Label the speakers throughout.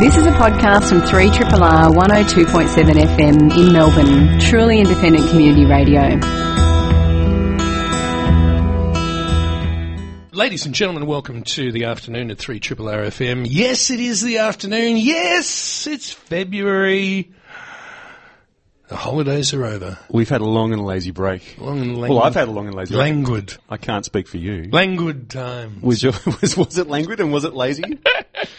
Speaker 1: This is a podcast from 3RRR 102.7 FM in Melbourne, truly independent community radio.
Speaker 2: Ladies and gentlemen, welcome to the afternoon at 3 Triple R FM. Yes, it is the afternoon. Yes, it's February. The holidays are over.
Speaker 3: We've had a long and lazy break.
Speaker 2: Long and languid.
Speaker 3: Well, I've had a long and lazy break.
Speaker 2: languid.
Speaker 3: I can't speak for you.
Speaker 2: Languid time.
Speaker 3: Was, your, was, was it languid and was it lazy?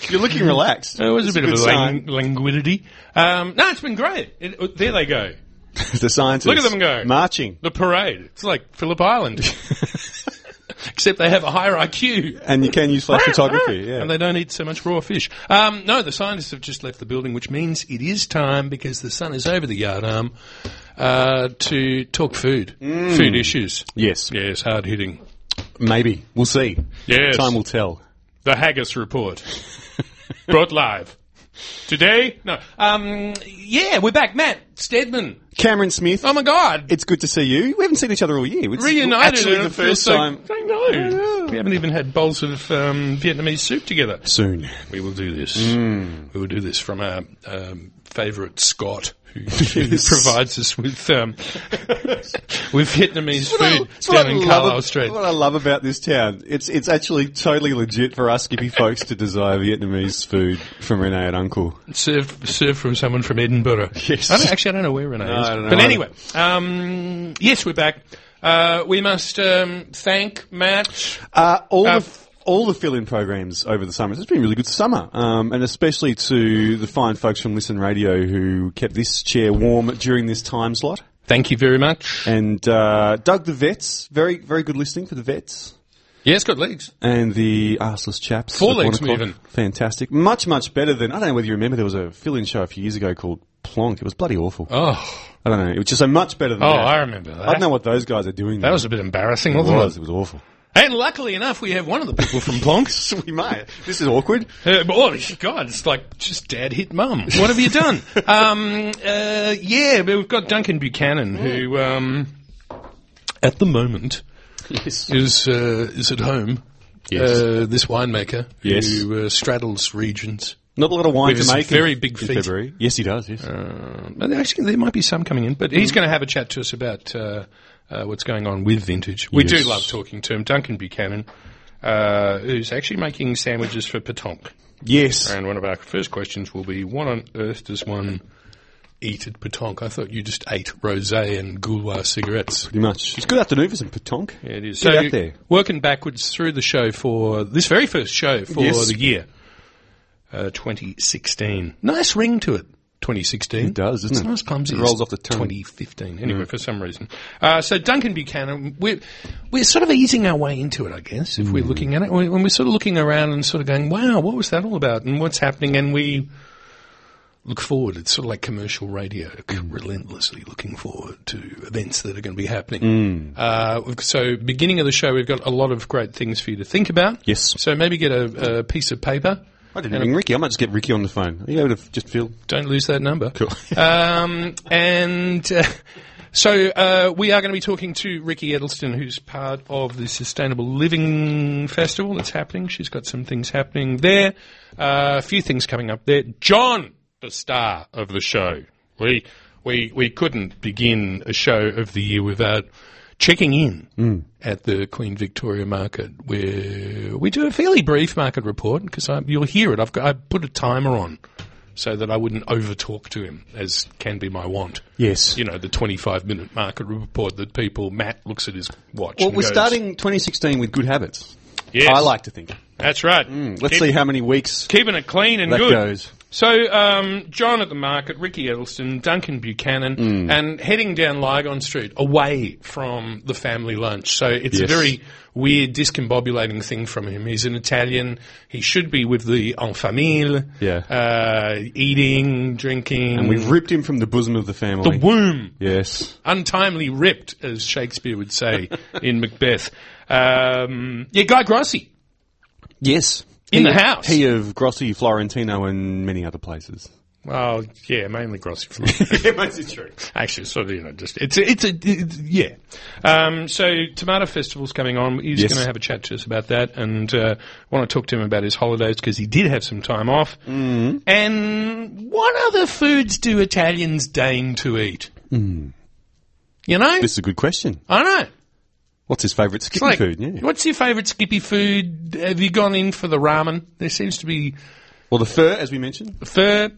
Speaker 3: You're looking relaxed.
Speaker 2: It was a
Speaker 3: It's
Speaker 2: bit of
Speaker 3: good
Speaker 2: a
Speaker 3: sign.
Speaker 2: lang- languidity. Um, no, it's been great. It, uh, there they go.
Speaker 3: the scientists.
Speaker 2: Look at them go.
Speaker 3: Marching.
Speaker 2: The parade. It's like Phillip Island. Except they have a higher IQ.
Speaker 3: And you can use flash photography, yeah.
Speaker 2: And they don't eat so much raw fish. Um, no, the scientists have just left the building, which means it is time because the sun is over the yardarm uh, to talk food, food issues.
Speaker 3: yes,
Speaker 2: Yes, hard hitting.
Speaker 3: maybe. We'll see.
Speaker 2: Yes.
Speaker 3: Time will tell.
Speaker 2: The Haggis Report. Brought live. Today? No. Um, yeah, we're back. Matt Stedman.
Speaker 3: Cameron Smith,
Speaker 2: Oh my God.
Speaker 3: it's good to see you. We haven't seen each other all year. It's
Speaker 2: Reunited.
Speaker 3: actually
Speaker 2: and
Speaker 3: the
Speaker 2: it feels
Speaker 3: first
Speaker 2: so-
Speaker 3: time.
Speaker 2: I know. We haven't even had bowls of um, Vietnamese soup together.
Speaker 3: Soon.
Speaker 2: We will do this.
Speaker 3: Mm.
Speaker 2: We will do this from our um, favourite Scott, who, who provides us with um, with Vietnamese food
Speaker 3: It's
Speaker 2: down
Speaker 3: I
Speaker 2: in
Speaker 3: love
Speaker 2: Carlisle
Speaker 3: ab-
Speaker 2: Street.
Speaker 3: What I love about this town, it's it's actually totally legit for us Skippy folks to desire Vietnamese food from Renee and Uncle.
Speaker 2: Served, served from someone from Edinburgh.
Speaker 3: Yes.
Speaker 2: I don't, actually, I don't know where Renee is.
Speaker 3: I don't know
Speaker 2: But
Speaker 3: either.
Speaker 2: anyway, um, yes, we're back. Uh, we must um, thank Matt.
Speaker 3: Uh, all
Speaker 2: Uh,
Speaker 3: the all the fill-in programs over the summer. It's been a really good summer, um, and especially to the fine folks from Listen Radio who kept this chair warm during this time slot.
Speaker 2: Thank you very much.
Speaker 3: And uh, Doug the Vets, very very good listening for the Vets.
Speaker 2: Yes, good legs.
Speaker 3: And the arseless chaps.
Speaker 2: Four
Speaker 3: at one
Speaker 2: legs
Speaker 3: o'clock.
Speaker 2: moving.
Speaker 3: Fantastic. Much, much better than, I don't know whether you remember, there was a fill-in show a few years ago called Plonk. It was bloody awful.
Speaker 2: Oh,
Speaker 3: I don't know. It was just so much better than
Speaker 2: oh,
Speaker 3: that.
Speaker 2: I remember that.
Speaker 3: I don't know what those guys are doing.
Speaker 2: that was a bit embarrassing,
Speaker 3: it
Speaker 2: wasn't
Speaker 3: was.
Speaker 2: it?
Speaker 3: It was awful.
Speaker 2: And luckily enough, we have one of the people from Plonks.
Speaker 3: we might. This is awkward.
Speaker 2: Uh, but, oh God! It's like just dad hit mum. What have you done? um, uh, yeah, but we've got Duncan Buchanan, who um, at the moment
Speaker 3: Yes.
Speaker 2: is uh, is at home.
Speaker 3: Yes.
Speaker 2: Uh, this winemaker
Speaker 3: Yes.
Speaker 2: who uh, straddles regions.
Speaker 3: Not a lot of wine
Speaker 2: With
Speaker 3: to
Speaker 2: his
Speaker 3: make.
Speaker 2: very
Speaker 3: in,
Speaker 2: big
Speaker 3: in
Speaker 2: feet.
Speaker 3: February. Yes, he does. Yes.
Speaker 2: Um, and actually, there might be some coming in, but he's
Speaker 3: Mm.
Speaker 2: going to have a chat to us about uh, uh, what's going on with vintage. We do
Speaker 3: Yes.
Speaker 2: love talking to him, Duncan Buchanan, uh, who's actually making sandwiches for Patonk.
Speaker 3: yes.
Speaker 2: And one of our first questions will be, what on earth does one eat at Patonk? I thought you just ate rosé and Gouloir cigarettes.
Speaker 3: Pretty much. It's good afternoon for some petonk.
Speaker 2: It is.
Speaker 3: Get
Speaker 2: so
Speaker 3: out there.
Speaker 2: working backwards through the show for this very first show for
Speaker 3: Yes.
Speaker 2: the year, uh, 2016. Nice ring to it. 2016. It
Speaker 3: does, doesn't
Speaker 2: it's
Speaker 3: it?
Speaker 2: Nice clumsy.
Speaker 3: It rolls off the tongue. Mm.
Speaker 2: 2015. Anyway, for some reason. Uh, so Duncan Buchanan, we're we're sort of easing our way into it, I guess, if we're
Speaker 3: Mm.
Speaker 2: looking at it. When we're sort of looking around and sort of going, "Wow, what was that all about?" and what's happening, and we look forward. It's sort of like commercial radio, c- relentlessly looking forward to events that are going to be happening. Uh, we've- so, beginning of the show, we've got a lot of great things for you to think about.
Speaker 3: Yes.
Speaker 2: So maybe get a, a piece of paper.
Speaker 3: I didn't ring Ricky. I might just get Ricky on the phone. Are you able to f- just feel?
Speaker 2: Don't lose that number. um, and uh, so uh, we are going to be talking to Ricky Edelston, who's part of the Sustainable Living Festival that's happening. She's got some things happening there. Uh, a few things coming up there. John, the star of the show. We we we couldn't begin a show of the year without checking in at the Queen Victoria Market, where we do a fairly brief market report because you'll hear it. I've got, I put a timer on so that I wouldn't overtalk to him, as can be my want.
Speaker 3: Yes.
Speaker 2: You know, the 25 minute market report that people, Matt looks at his watch.
Speaker 3: well,
Speaker 2: and
Speaker 3: we're
Speaker 2: goes,
Speaker 3: starting 2016 with good habits.
Speaker 2: Yes,
Speaker 3: I like to think.
Speaker 2: That's right.
Speaker 3: Hmm, Let's
Speaker 2: Keep-
Speaker 3: see how many weeks
Speaker 2: Keeping it clean and
Speaker 3: that
Speaker 2: good.
Speaker 3: goes.
Speaker 2: So, um, John at the market, Ricky Edelston, Duncan Buchanan,
Speaker 3: Hmm.
Speaker 2: and heading down Lygon Street away from the family lunch. So it's a
Speaker 3: Yes.
Speaker 2: very weird, discombobulating thing from him. He's an Italian. He should be with the en famille,
Speaker 3: Yeah.
Speaker 2: uh, eating, drinking.
Speaker 3: And we've ripped him from the bosom of the family.
Speaker 2: Mm. the womb
Speaker 3: yes.
Speaker 2: untimely ripped, as Shakespeare would say in Macbeth. Um, yeah, Guy Grossi.
Speaker 3: Yes.
Speaker 2: In
Speaker 3: He-
Speaker 2: the house.
Speaker 3: He of Grossi, Florentino, and many other places.
Speaker 2: Well, yeah, mainly grocery floor.
Speaker 3: yeah, mostly true.
Speaker 2: Actually, it's sort of, you know, just, it's, a- it's a, it's- yeah. Um, so Tomato Festival's coming on. He's
Speaker 3: Yes.
Speaker 2: going to have a chat to us about that and, uh, want to talk to him about his holidays because he did have some time off.
Speaker 3: Mm-hmm.
Speaker 2: Mm. And what other foods do Italians deign to eat? You know?
Speaker 3: Mm. This is a good question.
Speaker 2: I know.
Speaker 3: What's his favourite skippy
Speaker 2: Like,
Speaker 3: food? Yeah.
Speaker 2: What's your favourite Skippy food? Have you gone in for the ramen? There seems to be
Speaker 3: Well, the fur, as we mentioned.
Speaker 2: fur,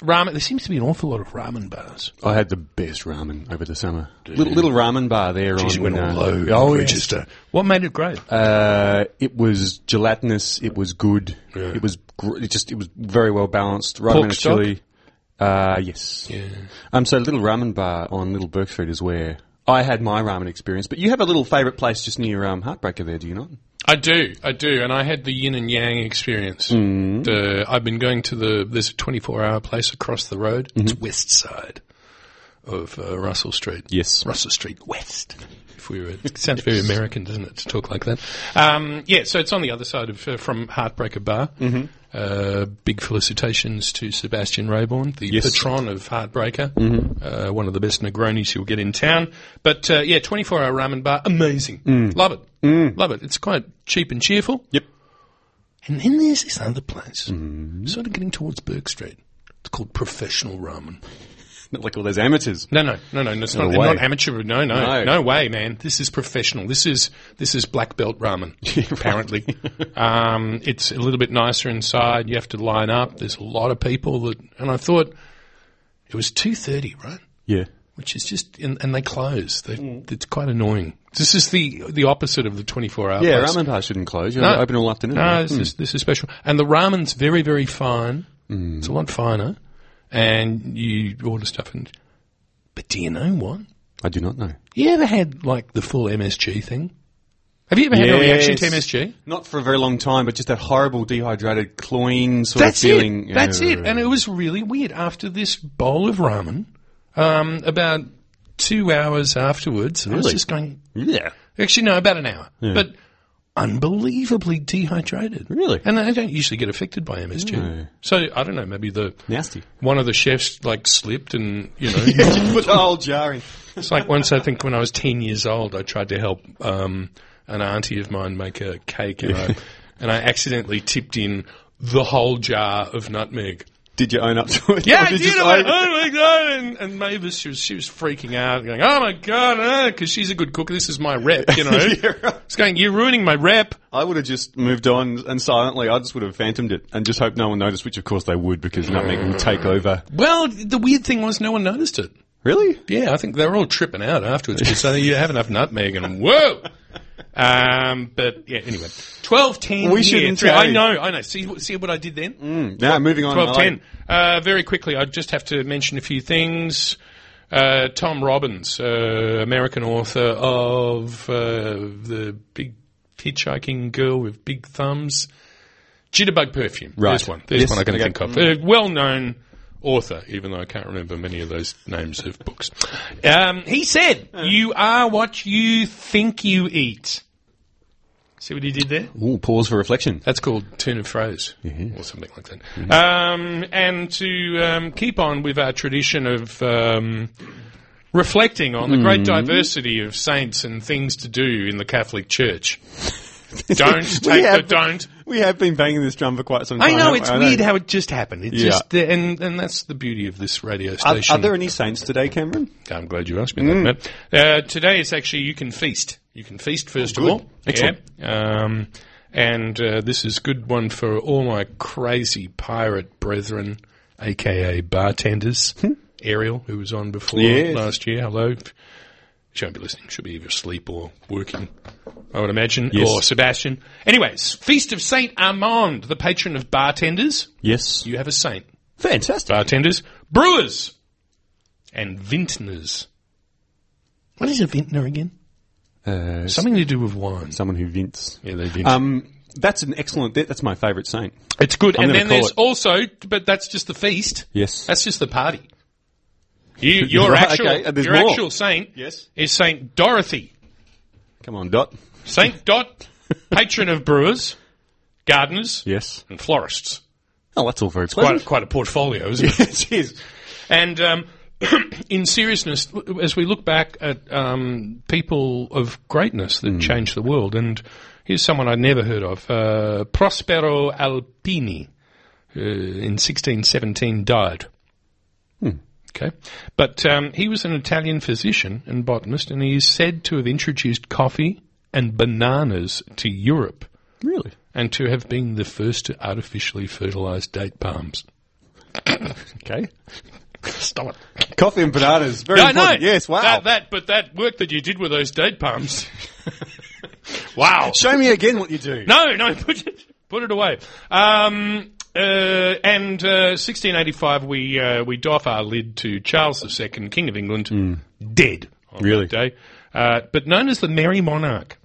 Speaker 2: ramen. There seems to be an awful lot of ramen bars.
Speaker 3: I had the best ramen over the summer. Little, little ramen bar there on uh,
Speaker 2: oh,
Speaker 3: yes.
Speaker 2: Register. What made it great?
Speaker 3: Uh, it was gelatinous. It was good. It was gr- it just it was very well balanced. Right
Speaker 2: Pork
Speaker 3: amount of
Speaker 2: stock?
Speaker 3: chili. Uh, yes. Yeah. Um. So little ramen bar on Little Burke Street is where I had my ramen experience. But you have a little favourite place just near um, Heartbreaker there, do you not?
Speaker 2: I do, I do, and I had the yin and yang experience.
Speaker 3: Mm.
Speaker 2: The- I've been going to the there's a 24 hour place across the road. It's
Speaker 3: Mm-hmm.
Speaker 2: west side of uh, Russell Street.
Speaker 3: Yes.
Speaker 2: Russell Street West. If we were, it sounds very American, doesn't it, to talk like that? Um, yeah, so it's on the other side of uh, from Heartbreaker Bar. Mm-hmm. Uh, big felicitations to Sebastian Rayborn, the
Speaker 3: Yes.
Speaker 2: patron of Heartbreaker, uh, one of the best Negronis you'll get in town. But uh, yeah, 24 hour ramen bar, amazing. Love it. Love it. It's quite cheap and cheerful.
Speaker 3: Yep.
Speaker 2: And then there's this other place, sort of getting towards Burke Street. It's called Professional Ramen.
Speaker 3: Not like all those amateurs.
Speaker 2: No, no, no, no. It's not,
Speaker 3: way.
Speaker 2: not amateur. No, no,
Speaker 3: No.
Speaker 2: no, way, man. This is professional. This is this is black belt ramen. apparently, um, it's a little bit nicer inside. You have to line up. There's a lot of people that, and I thought it was two thirty, right?
Speaker 3: Yeah.
Speaker 2: Which is just, and, and they close. They,
Speaker 3: Mm.
Speaker 2: It's quite annoying. This is the the opposite of the twenty four hour.
Speaker 3: Yeah,
Speaker 2: place.
Speaker 3: ramen Mm. bar shouldn't close. You're open all afternoon.
Speaker 2: No,
Speaker 3: right?
Speaker 2: this is this is special, and the ramen's very very fine.
Speaker 3: Mm.
Speaker 2: It's a lot finer, and you order stuff. And but do you know what?
Speaker 3: I do not know.
Speaker 2: You ever had like the full MSG thing? Have you ever had a reaction to MSG?
Speaker 3: Not for a very long time, but just that horrible dehydrated cloying sort
Speaker 2: That's
Speaker 3: of feeling.
Speaker 2: it. That's
Speaker 3: Uh,
Speaker 2: it. And it was really weird. After this bowl of ramen, um, about two hours afterwards, I was
Speaker 3: Really?
Speaker 2: just going.
Speaker 3: yeah.
Speaker 2: Actually, no, about an hour. But unbelievably dehydrated.
Speaker 3: Really?
Speaker 2: And I don't usually get affected by MSG. So I don't know. Maybe the
Speaker 3: Nasty.
Speaker 2: one of the chefs like slipped and you know
Speaker 3: Put the whole jar in.
Speaker 2: It's like once I think when I was 10 years old, I tried to help um, an auntie of mine make a cake and, I, and I accidentally tipped in the whole jar of nutmeg.
Speaker 3: Did you own up to it?
Speaker 2: Yeah,
Speaker 3: Or
Speaker 2: I did.
Speaker 3: you just
Speaker 2: I went,
Speaker 3: own-
Speaker 2: oh my god! And, and Mavis, she was she was freaking out, going, "Oh my god!" Because she's a good cook. This is my rep, you know.
Speaker 3: Yeah, right.
Speaker 2: It's going, "You're ruining my rep."
Speaker 3: I would have just moved on and silently. I just would have phantomed it and just hoped no one noticed, which of course they would because nutmeg will take over.
Speaker 2: Well, the weird thing was, no one noticed it.
Speaker 3: Really?
Speaker 2: Yeah, I think they were all tripping out afterwards because I think you have enough nutmeg and whoa. Um, but yeah, anyway, twelve ten.
Speaker 3: We shouldn't
Speaker 2: Three, I
Speaker 3: say.
Speaker 2: know, I know. See, see what I did then.
Speaker 3: Now moving on.
Speaker 2: Twelve
Speaker 3: I
Speaker 2: ten.
Speaker 3: like-
Speaker 2: Uh, very quickly, I just have to mention a few things. Uh, Tom Robbins, uh, American author of uh, the Big Hitchhiking Girl with Big Thumbs, Jitterbug Perfume.
Speaker 3: Right.
Speaker 2: There's one. There's
Speaker 3: Yes,
Speaker 2: one I can
Speaker 3: okay.
Speaker 2: think of. A well-known author, even though I can't remember many of those names of books. Um, he said, "You are what you think you eat." See what he did there?
Speaker 3: Ooh, pause for reflection.
Speaker 2: That's called turn of phrase or something like that. Um, and to um, keep on with our tradition of um, reflecting on the great diversity of saints and things to do in the Catholic Church. don't take the
Speaker 3: have-
Speaker 2: don't.
Speaker 3: We have been banging this drum for quite some time.
Speaker 2: I know
Speaker 3: haven't
Speaker 2: it's
Speaker 3: we?
Speaker 2: weird how it just happened. It
Speaker 3: Yeah.
Speaker 2: just and and that's the beauty of this radio
Speaker 3: Are,
Speaker 2: station.
Speaker 3: are there any saints today, Cameron?
Speaker 2: I'm glad you asked me
Speaker 3: Mm.
Speaker 2: that. Matt. Uh, today it's actually you can feast. You can feast first
Speaker 3: Oh, good.
Speaker 2: of all.
Speaker 3: Excellent.
Speaker 2: Yeah. Um, and uh, this is good one for all my crazy pirate brethren, aka bartenders. Ariel, who was on before
Speaker 3: Hmm. Yes.
Speaker 2: last year. Hello. She won't be listening. She'll be either asleep or working, I would imagine.
Speaker 3: Yes.
Speaker 2: Or Sebastian. Anyways, Feast of Saint Armand, the patron of bartenders.
Speaker 3: Yes.
Speaker 2: You have a saint
Speaker 3: Fantastic.
Speaker 2: bartenders, brewers, and vintners. What is a vintner again?
Speaker 3: Uh,
Speaker 2: Something to do with wine.
Speaker 3: someone who vints.
Speaker 2: Yeah, they vint.
Speaker 3: Um, that's an excellent. that- That's my favourite saint.
Speaker 2: it's good.
Speaker 3: I'm
Speaker 2: and
Speaker 3: gonna
Speaker 2: then
Speaker 3: call
Speaker 2: there's
Speaker 3: it.
Speaker 2: also, but that's just the feast.
Speaker 3: Yes.
Speaker 2: That's just the party. You, your
Speaker 3: Right,
Speaker 2: actual,
Speaker 3: okay, and there's
Speaker 2: your
Speaker 3: more.
Speaker 2: actual saint
Speaker 3: Yes.
Speaker 2: is Saint Dorothy,
Speaker 3: Come on, Dot.
Speaker 2: Saint Dot, patron of brewers, gardeners,
Speaker 3: Yes.
Speaker 2: and florists.
Speaker 3: Oh, that's all very
Speaker 2: Quite,
Speaker 3: pleasant.
Speaker 2: quite a portfolio, isn't it?
Speaker 3: it is.
Speaker 2: And um, in seriousness, as we look back at um, people of greatness that changed the world, and here's someone I'd never heard of uh, Prospero Alpini, who in 1617 died. Okay. But um, he was an Italian physician and botanist, and he is said to have introduced coffee and bananas to Europe
Speaker 3: Really?
Speaker 2: and to have been the first to artificially fertilize date palms.
Speaker 3: Okay.
Speaker 2: Stop it.
Speaker 3: Coffee and bananas. Very
Speaker 2: I know.
Speaker 3: important. Yes, wow.
Speaker 2: That, that, but that work that you did with those date palms. wow.
Speaker 3: Show me again what you do.
Speaker 2: No, no, put it, put it away. Um, uh, and uh, 1685, we uh, we doff our lid to Charles II, King of England, dead on
Speaker 3: Really?
Speaker 2: that day, uh, but known as the Merry Monarch.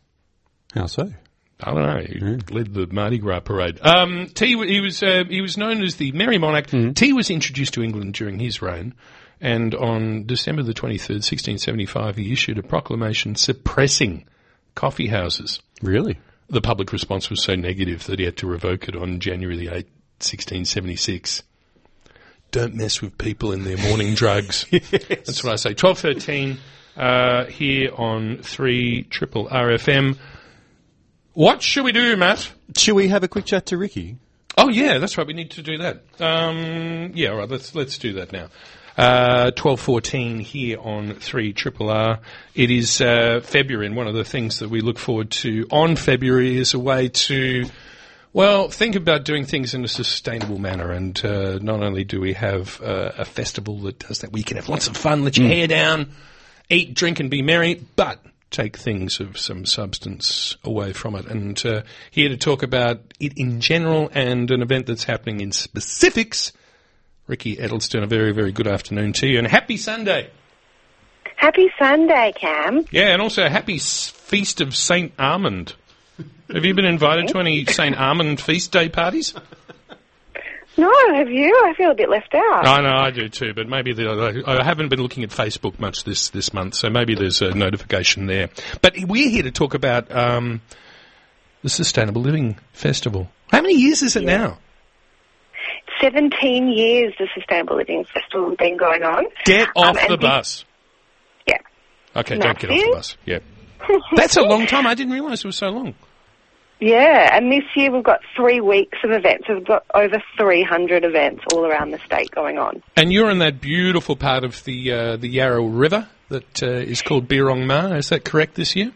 Speaker 3: How so?
Speaker 2: I don't know. He led the Mardi Gras parade. Um, tea. w- He was uh, he was known as the Merry Monarch. Tea was introduced to England during his reign, and on December the twenty third, sixteen seventy five, he issued a proclamation suppressing coffee houses.
Speaker 3: Really?
Speaker 2: The public response was so negative that he had to revoke it on January the eighth, sixteen seventy six. Don't mess with people in their morning drugs. That's what I say. Twelve thirteen uh, here on three triple RFM. What should we do, Matt?
Speaker 3: Shall we have a quick chat to Ricky?
Speaker 2: Oh yeah, that's right. We need to do that. Um, yeah, all right. Let's let's do that now. Uh, Twelve fourteen here on three Triple R. It is uh, February, and one of the things that we look forward to on February is a way to. Well, think about doing things in a sustainable manner, and uh, not only do we have uh, a festival that does that, we can have lots of fun, let your hair down, eat, drink, and be merry, but take things of some substance away from it. And uh, here to talk about it in general and an event that's happening in specifics, Ricky Edelston. A very, very good afternoon to you, and happy Sunday.
Speaker 4: Happy Sunday, Cam.
Speaker 2: Yeah, and also a happy s- feast of Saint Armand. Have you been invited to any Saint Armand feast day parties?
Speaker 4: No, have you? I feel a bit left out.
Speaker 2: I know I do too, but maybe the, I haven't been looking at Facebook much this this month, so maybe there's a notification there. But we're here to talk about um, the Sustainable Living Festival. How many years is it now?
Speaker 4: 17 years the Sustainable Living Festival has been going on.
Speaker 2: Get
Speaker 4: Um,
Speaker 2: off
Speaker 4: and
Speaker 2: the
Speaker 4: this-
Speaker 2: bus.
Speaker 4: Yeah.
Speaker 2: Okay, don't get off the
Speaker 4: Matthew?
Speaker 2: bus. Yeah, that's a long time. I didn't realise it was so long.
Speaker 4: Yeah, and this year we've got three weeks of events. We've got over 300 events all around the state going on.
Speaker 2: And you're in that beautiful part of the uh, the Yarra River that uh, is called Birong Ma. Is that correct this year?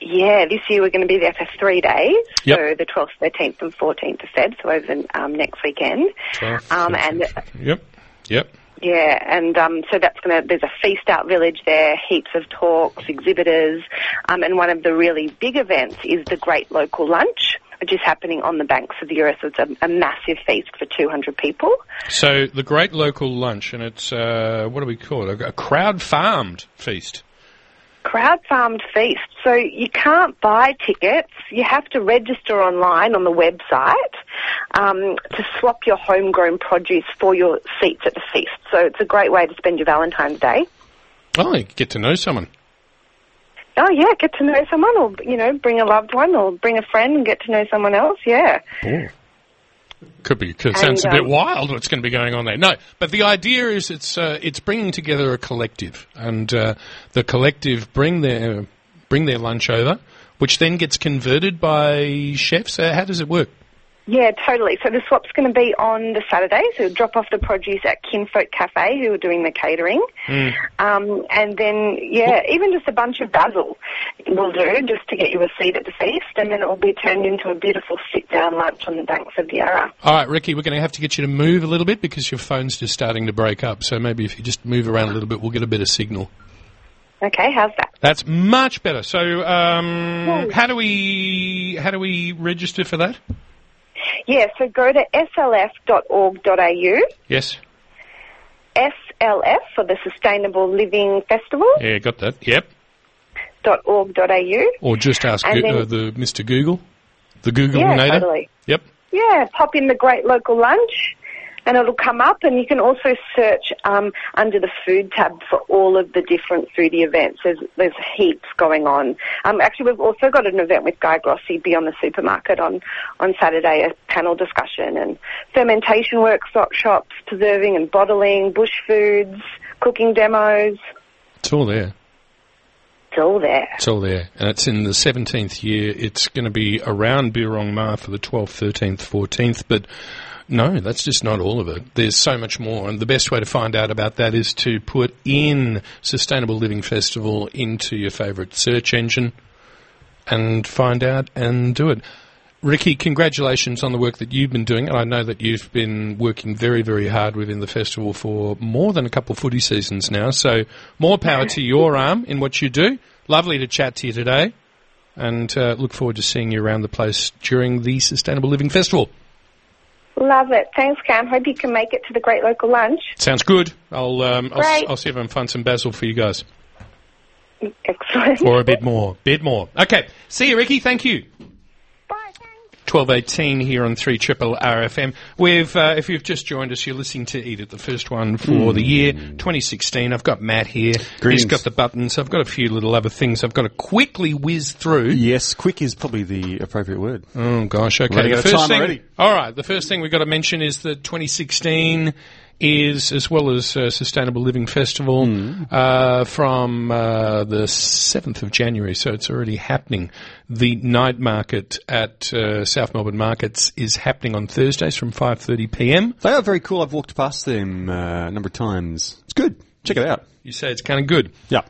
Speaker 4: Yeah, this year we're going to be there for three days.
Speaker 2: Yep.
Speaker 4: So the 12th, 13th and 14th of Feb, so over um, next weekend. Um, and
Speaker 2: yep, yep.
Speaker 4: Yeah, and um, so that's going to, there's a feast out village there, heaps of talks, exhibitors, um, and one of the really big events is the Great Local Lunch, which is happening on the banks of the Eure, so it's a, a massive feast for 200 people.
Speaker 2: So the great local lunch, and it's uh, what do we call it? A, a crowd farmed feast.
Speaker 4: Crowd farmed feast, so you can't buy tickets, you have to register online on the website um, to swap your homegrown produce for your seats at the feast. So it's a great way to spend your Valentine's Day.
Speaker 2: Oh, you get to know someone.
Speaker 4: Oh yeah, get to know someone, or you know, bring a loved one, or bring a friend and get to know someone else. Yeah,
Speaker 2: Could be. Cause it sounds
Speaker 4: And,
Speaker 2: a bit
Speaker 4: um,
Speaker 2: wild. What's going to be going on there? No, but the idea is it's uh, it's bringing together a collective, and uh, the collective bring their bring their lunch over, which then gets converted by chefs. Uh, how does it work?
Speaker 4: yeah, totally. So the swap's going to be on the Saturday. So drop off the produce at Kinfolk Cafe, who are doing the catering, um, and then yeah, even just a bunch of basil will do, just to get you a seat at the feast, and then it will be turned into a beautiful sit-down lunch on the banks of the Yarra.
Speaker 2: All right, Ricky, we're going to have to get you to move a little bit because your phone's just starting to break up. So maybe if you just move around a little bit, we'll get a better signal.
Speaker 4: Okay, how's that?
Speaker 2: That's much better. So, um, how do we how do we register for that?
Speaker 4: Yeah, so go to slf.org.au.
Speaker 2: Yes.
Speaker 4: SLF for the Sustainable Living Festival.
Speaker 2: Yeah, got that. Yep.
Speaker 4: dot org dot au.
Speaker 2: Or just ask Goo-
Speaker 4: And then-
Speaker 2: uh, the Mr. Google, the Google
Speaker 4: Yeah, totally.
Speaker 2: Yep.
Speaker 4: Yeah, pop in the great local lunch. and it'll come up. And you can also search um, under the food tab for all of the different foodie events. There's there's heaps going on. Um, actually, we've also got an event with Guy Grossi beyond the supermarket on on Saturday, a panel discussion and fermentation workshops, preserving and bottling, bush foods, cooking demos.
Speaker 2: It's all there.
Speaker 4: It's all there.
Speaker 2: It's all there. And it's in the 17th year. It's going to be around Birong Ma for the 12th, 13th, 14th. But no, that's just not all of it. There's so much more. And the best way to find out about that is to put in Sustainable Living Festival into your favourite search engine and find out and do it. Ricky, congratulations on the work that you've been doing, and I know that you've been working very, very hard within the festival for more than a couple of footy seasons now. So, more power to your arm in what you do. Lovely to chat to you today, and uh, look forward to seeing you around the place during the Sustainable Living Festival.
Speaker 4: Love it. Thanks, Cam. Hope you can make it to the great local lunch.
Speaker 2: Sounds good. I'll um, I'll, s-
Speaker 4: Great.
Speaker 2: I'll see if I can find some basil for you guys,
Speaker 4: Excellent.
Speaker 2: or a bit more, bit more. Okay. See you, Ricky. Thank you.
Speaker 4: Bye. Thanks.
Speaker 2: Twelve eighteen here on three triple RFM. We've, uh, if you've just joined us, you're listening to Eat It, the first one for the year 2016. I've got Matt here.
Speaker 3: Greetings.
Speaker 2: He's got the buttons. I've got a few little other things. I've got to quickly whiz through.
Speaker 3: Yes, quick is probably the appropriate word.
Speaker 2: Oh gosh, okay.
Speaker 3: Running
Speaker 2: The
Speaker 3: out of
Speaker 2: first
Speaker 3: time
Speaker 2: thing,
Speaker 3: already.
Speaker 2: All right, the first thing we've got to mention is that 2016 is, as well as uh, Sustainable Living Festival,
Speaker 3: Hmm.
Speaker 2: uh, from uh, the 7th of January, so it's already happening. The night market at uh, South Melbourne Markets is happening on Thursdays from 5:30 p.m.
Speaker 3: They are very cool. I've walked past them uh, a number of times. It's good. Check it out.
Speaker 2: You say it's kind of good.
Speaker 3: Yeah.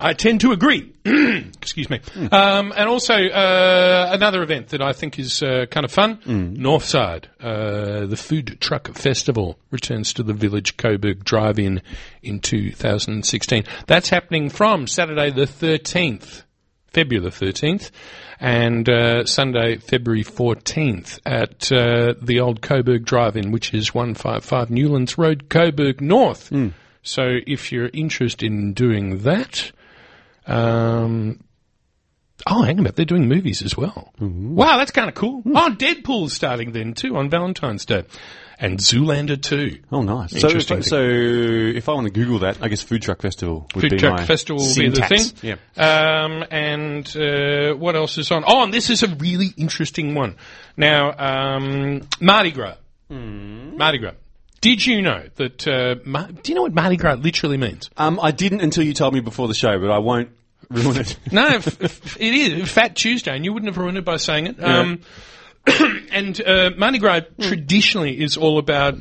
Speaker 2: I tend to agree. Excuse me. Um, and also uh, another event that I think is uh, kind of fun: Northside, uh, the Food Truck Festival returns to the Village Coburg Drive-in in 2016. That's happening from Saturday the 13th. February the 13th and uh, Sunday, February 14th at uh, the old Coburg Drive In, which is 155 Newlands Road, Coburg North. So if you're interested in doing that, um, oh, hang about, they're doing movies as well. Wow, that's kind of cool. Oh, Deadpool's starting then too on Valentine's Day. And Zoolander 2.
Speaker 3: Oh, nice. So, if I,
Speaker 2: Interesting
Speaker 3: so if I want to Google that, I guess Food Truck Festival would be
Speaker 2: Food Truck
Speaker 3: my
Speaker 2: Festival will be the
Speaker 3: syntax.
Speaker 2: thing. Um, and uh, what else is on? Oh, and this is a really interesting one. Now, um, Mardi Gras.
Speaker 3: Hmm.
Speaker 2: Mardi Gras. Did you know that? Uh, Mar- Do you know what Mardi Gras literally means?
Speaker 3: Um, I didn't until you told me before the show, but I won't ruin it.
Speaker 2: No, f- f- it is Fat Tuesday, and you wouldn't have ruined it by saying it. Um, and uh, Mardi Gras
Speaker 3: Hmm.
Speaker 2: traditionally is all about.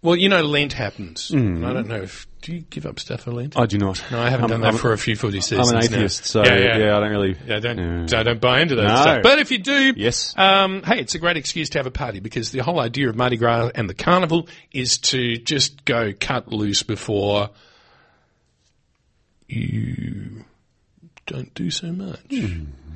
Speaker 2: Well, you know, Lent happens. And I don't know if do you give up stuff for Lent?
Speaker 3: Hmm. I do not.
Speaker 2: no, I haven't
Speaker 3: I'm-
Speaker 2: done that
Speaker 3: I'm-
Speaker 2: for a few forty seasons.
Speaker 3: I'm an
Speaker 2: now.
Speaker 3: atheist, so yeah, I don't really.
Speaker 2: Yeah, don't
Speaker 3: Yeah.
Speaker 2: so don't buy into that
Speaker 3: No.
Speaker 2: stuff. But if you do,
Speaker 3: Yes.
Speaker 2: um, hey, it's a great excuse to have a party because the whole idea of Mardi Gras and the carnival is to just go cut loose before you don't do so much.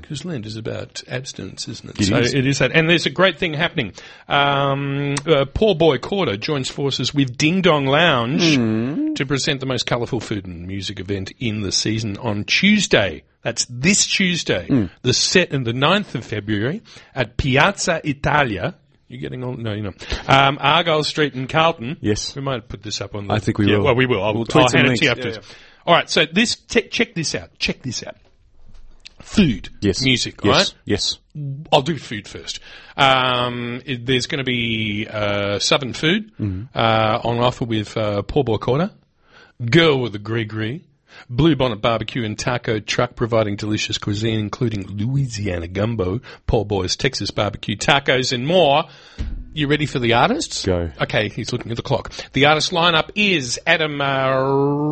Speaker 2: Because Lent is about abstinence, isn't it? so
Speaker 3: Hmm. is.
Speaker 2: it is that. And there's a great thing happening. Um, uh, Poor Boy Quarter joins forces with Ding Dong Lounge
Speaker 3: Hmm. Mm-hmm.
Speaker 2: to present the most colourful food and music event in the season on Tuesday. That's this Tuesday,
Speaker 3: Mm.
Speaker 2: the set and the 9th of February at Piazza Italia. You're getting all no, you know, um, Argyle Street in Carlton.
Speaker 3: Yes.
Speaker 2: we might put this up on. The,
Speaker 3: I think we
Speaker 2: yeah,
Speaker 3: will.
Speaker 2: Well, we will. I'll,
Speaker 3: We'll tweet
Speaker 2: I'll
Speaker 3: some
Speaker 2: hand it
Speaker 3: links.
Speaker 2: to you
Speaker 3: Yeah,
Speaker 2: afterwards. All right. So this te- check this out. Check this out. Food,
Speaker 3: Yes.
Speaker 2: music,
Speaker 3: Yes.
Speaker 2: right?
Speaker 3: Yes.
Speaker 2: I'll do food first. Um, it- there's going to be uh, southern food uh, on offer with uh, Paul Borcorda, Girl with a Gregory, Blue Bonnet Barbecue and Taco Truck providing delicious cuisine, including Louisiana gumbo, Paul Boy's Texas barbecue, tacos, and more. You ready for the artists?
Speaker 3: Go.
Speaker 2: Okay, he's looking at the clock. The artist lineup is Adam uh,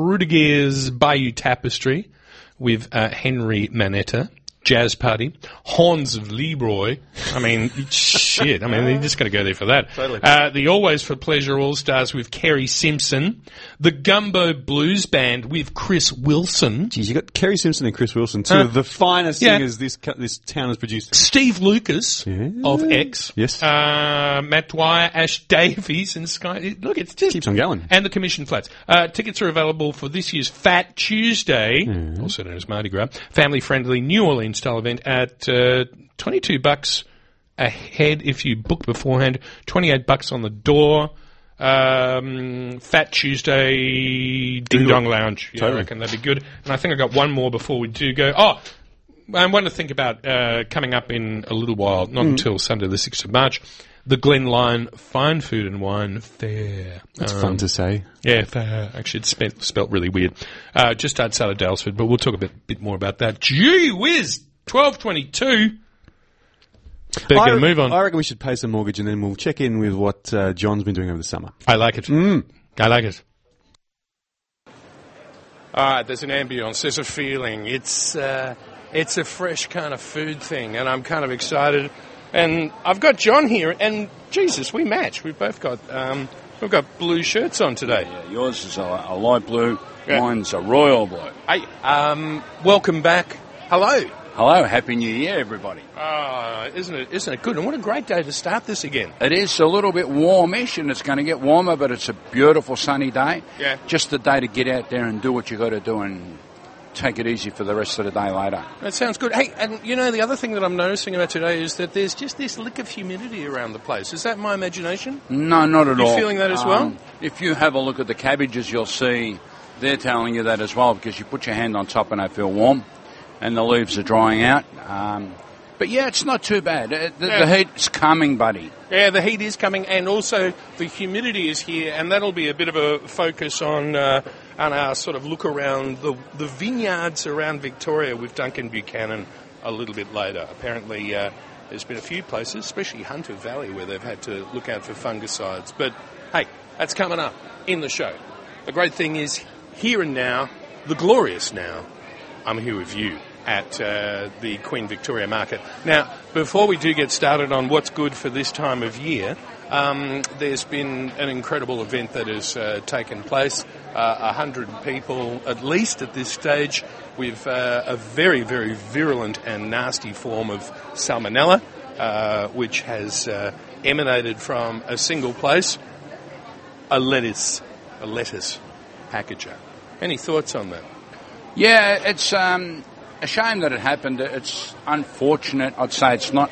Speaker 2: Rudiger's Bayou Tapestry with uh, Henry Manetta, Jazz Party, Horns of Leroy. I mean, shit. I mean, they're just going to go there for that.
Speaker 3: Totally.
Speaker 2: Uh, the Always for Pleasure All Stars with Kerry Simpson, the Gumbo Blues Band with Chris Wilson,
Speaker 3: Geez, you got Kerry Simpson and Chris Wilson, two of the finest
Speaker 2: Yeah.
Speaker 3: singers this co- this town has produced.
Speaker 2: Steve Lucas of X,
Speaker 3: Yes.
Speaker 2: uh, Matt Dwyer, Ash Davies, and Sky. Look, it's just
Speaker 3: Keeps on going.
Speaker 2: and the Commission Flats. Uh, tickets are available for this year's Fat Tuesday,
Speaker 3: Mm.
Speaker 2: also known as Mardi Gras, family-friendly New Orleans-style event at uh, 22 bucks a head if you book beforehand, 28 bucks on the door. Um, Fat Tuesday, Ding Dong Lounge. Yeah, I
Speaker 3: Totally.
Speaker 2: reckon that'd be good. And I think I got one more before we do go. Oh, I want to think about uh, coming up in a little while, not
Speaker 3: Mm.
Speaker 2: until Sunday the 6th of March, the Glen Lyon Fine Food and Wine Fair.
Speaker 3: That's fun to say.
Speaker 2: Yeah, if, uh, actually, it's spelt, spelt really weird. Uh, just outside of Dalesford, but we'll talk a bit, bit more about that. Gee whiz, twelve twenty-two. They're
Speaker 3: I
Speaker 2: going to
Speaker 3: re-
Speaker 2: move on.
Speaker 3: I
Speaker 2: I,
Speaker 3: reckon we should pay some mortgage and then we'll check in with what uh, John's been doing over the summer.
Speaker 2: like it. I like it. All right, there's an ambience, there's a feeling. It's uh, it's a fresh kind of food thing, and I'm kind of excited. And I've got John here, and Jesus, we match. We've both got um, we've got blue shirts on today.
Speaker 5: Yeah, yours is a, a light blue.
Speaker 2: Yeah.
Speaker 5: Mine's a royal blue.
Speaker 2: Hey, um, welcome back. Hello.
Speaker 5: Hello, happy new year, everybody.
Speaker 2: Ah, isn't it? Isn't it good? And what a great day to start this again.
Speaker 5: It is a little bit warmish, and it's going to get warmer, but it's a beautiful sunny day.
Speaker 2: Yeah.
Speaker 5: Just the day to get out there and do what you got to do, and take it easy for the rest of the day later.
Speaker 2: That sounds good. Hey, and you know the other thing that I'm noticing about today is that there's just this lick of humidity around the place. Is that my imagination?
Speaker 5: No, not at
Speaker 2: You
Speaker 5: all. Um,
Speaker 2: feeling that as well?
Speaker 5: If you have a look at the cabbages, you'll see they're telling you that as well because you put your hand on top and they feel warm, and the leaves are drying out. Um, but yeah, it's not too bad. Uh, The,
Speaker 2: Yeah.
Speaker 5: the heat's coming, buddy.
Speaker 2: Yeah, the heat is coming, and also the humidity is here, and that'll be a bit of a focus on uh, on our sort of look around the the vineyards around Victoria with Duncan Buchanan a little bit later. Apparently, uh, there's been a few places, especially Hunter Valley, where they've had to look out for fungicides. But hey, that's coming up in the show. The great thing is here and now, the glorious now. I'm here with you at uh, the Queen Victoria Market. Now, before we do get started on what's good for this time of year, um, there's been an incredible event that has uh, taken place. Uh, A hundred people, at least at this stage, with uh, a very, very virulent and nasty form of salmonella, uh, which has uh, emanated from a single place, a lettuce, a lettuce packager. Any thoughts on that?
Speaker 5: Yeah, it's um, a shame that it happened. It's unfortunate. I'd say it's not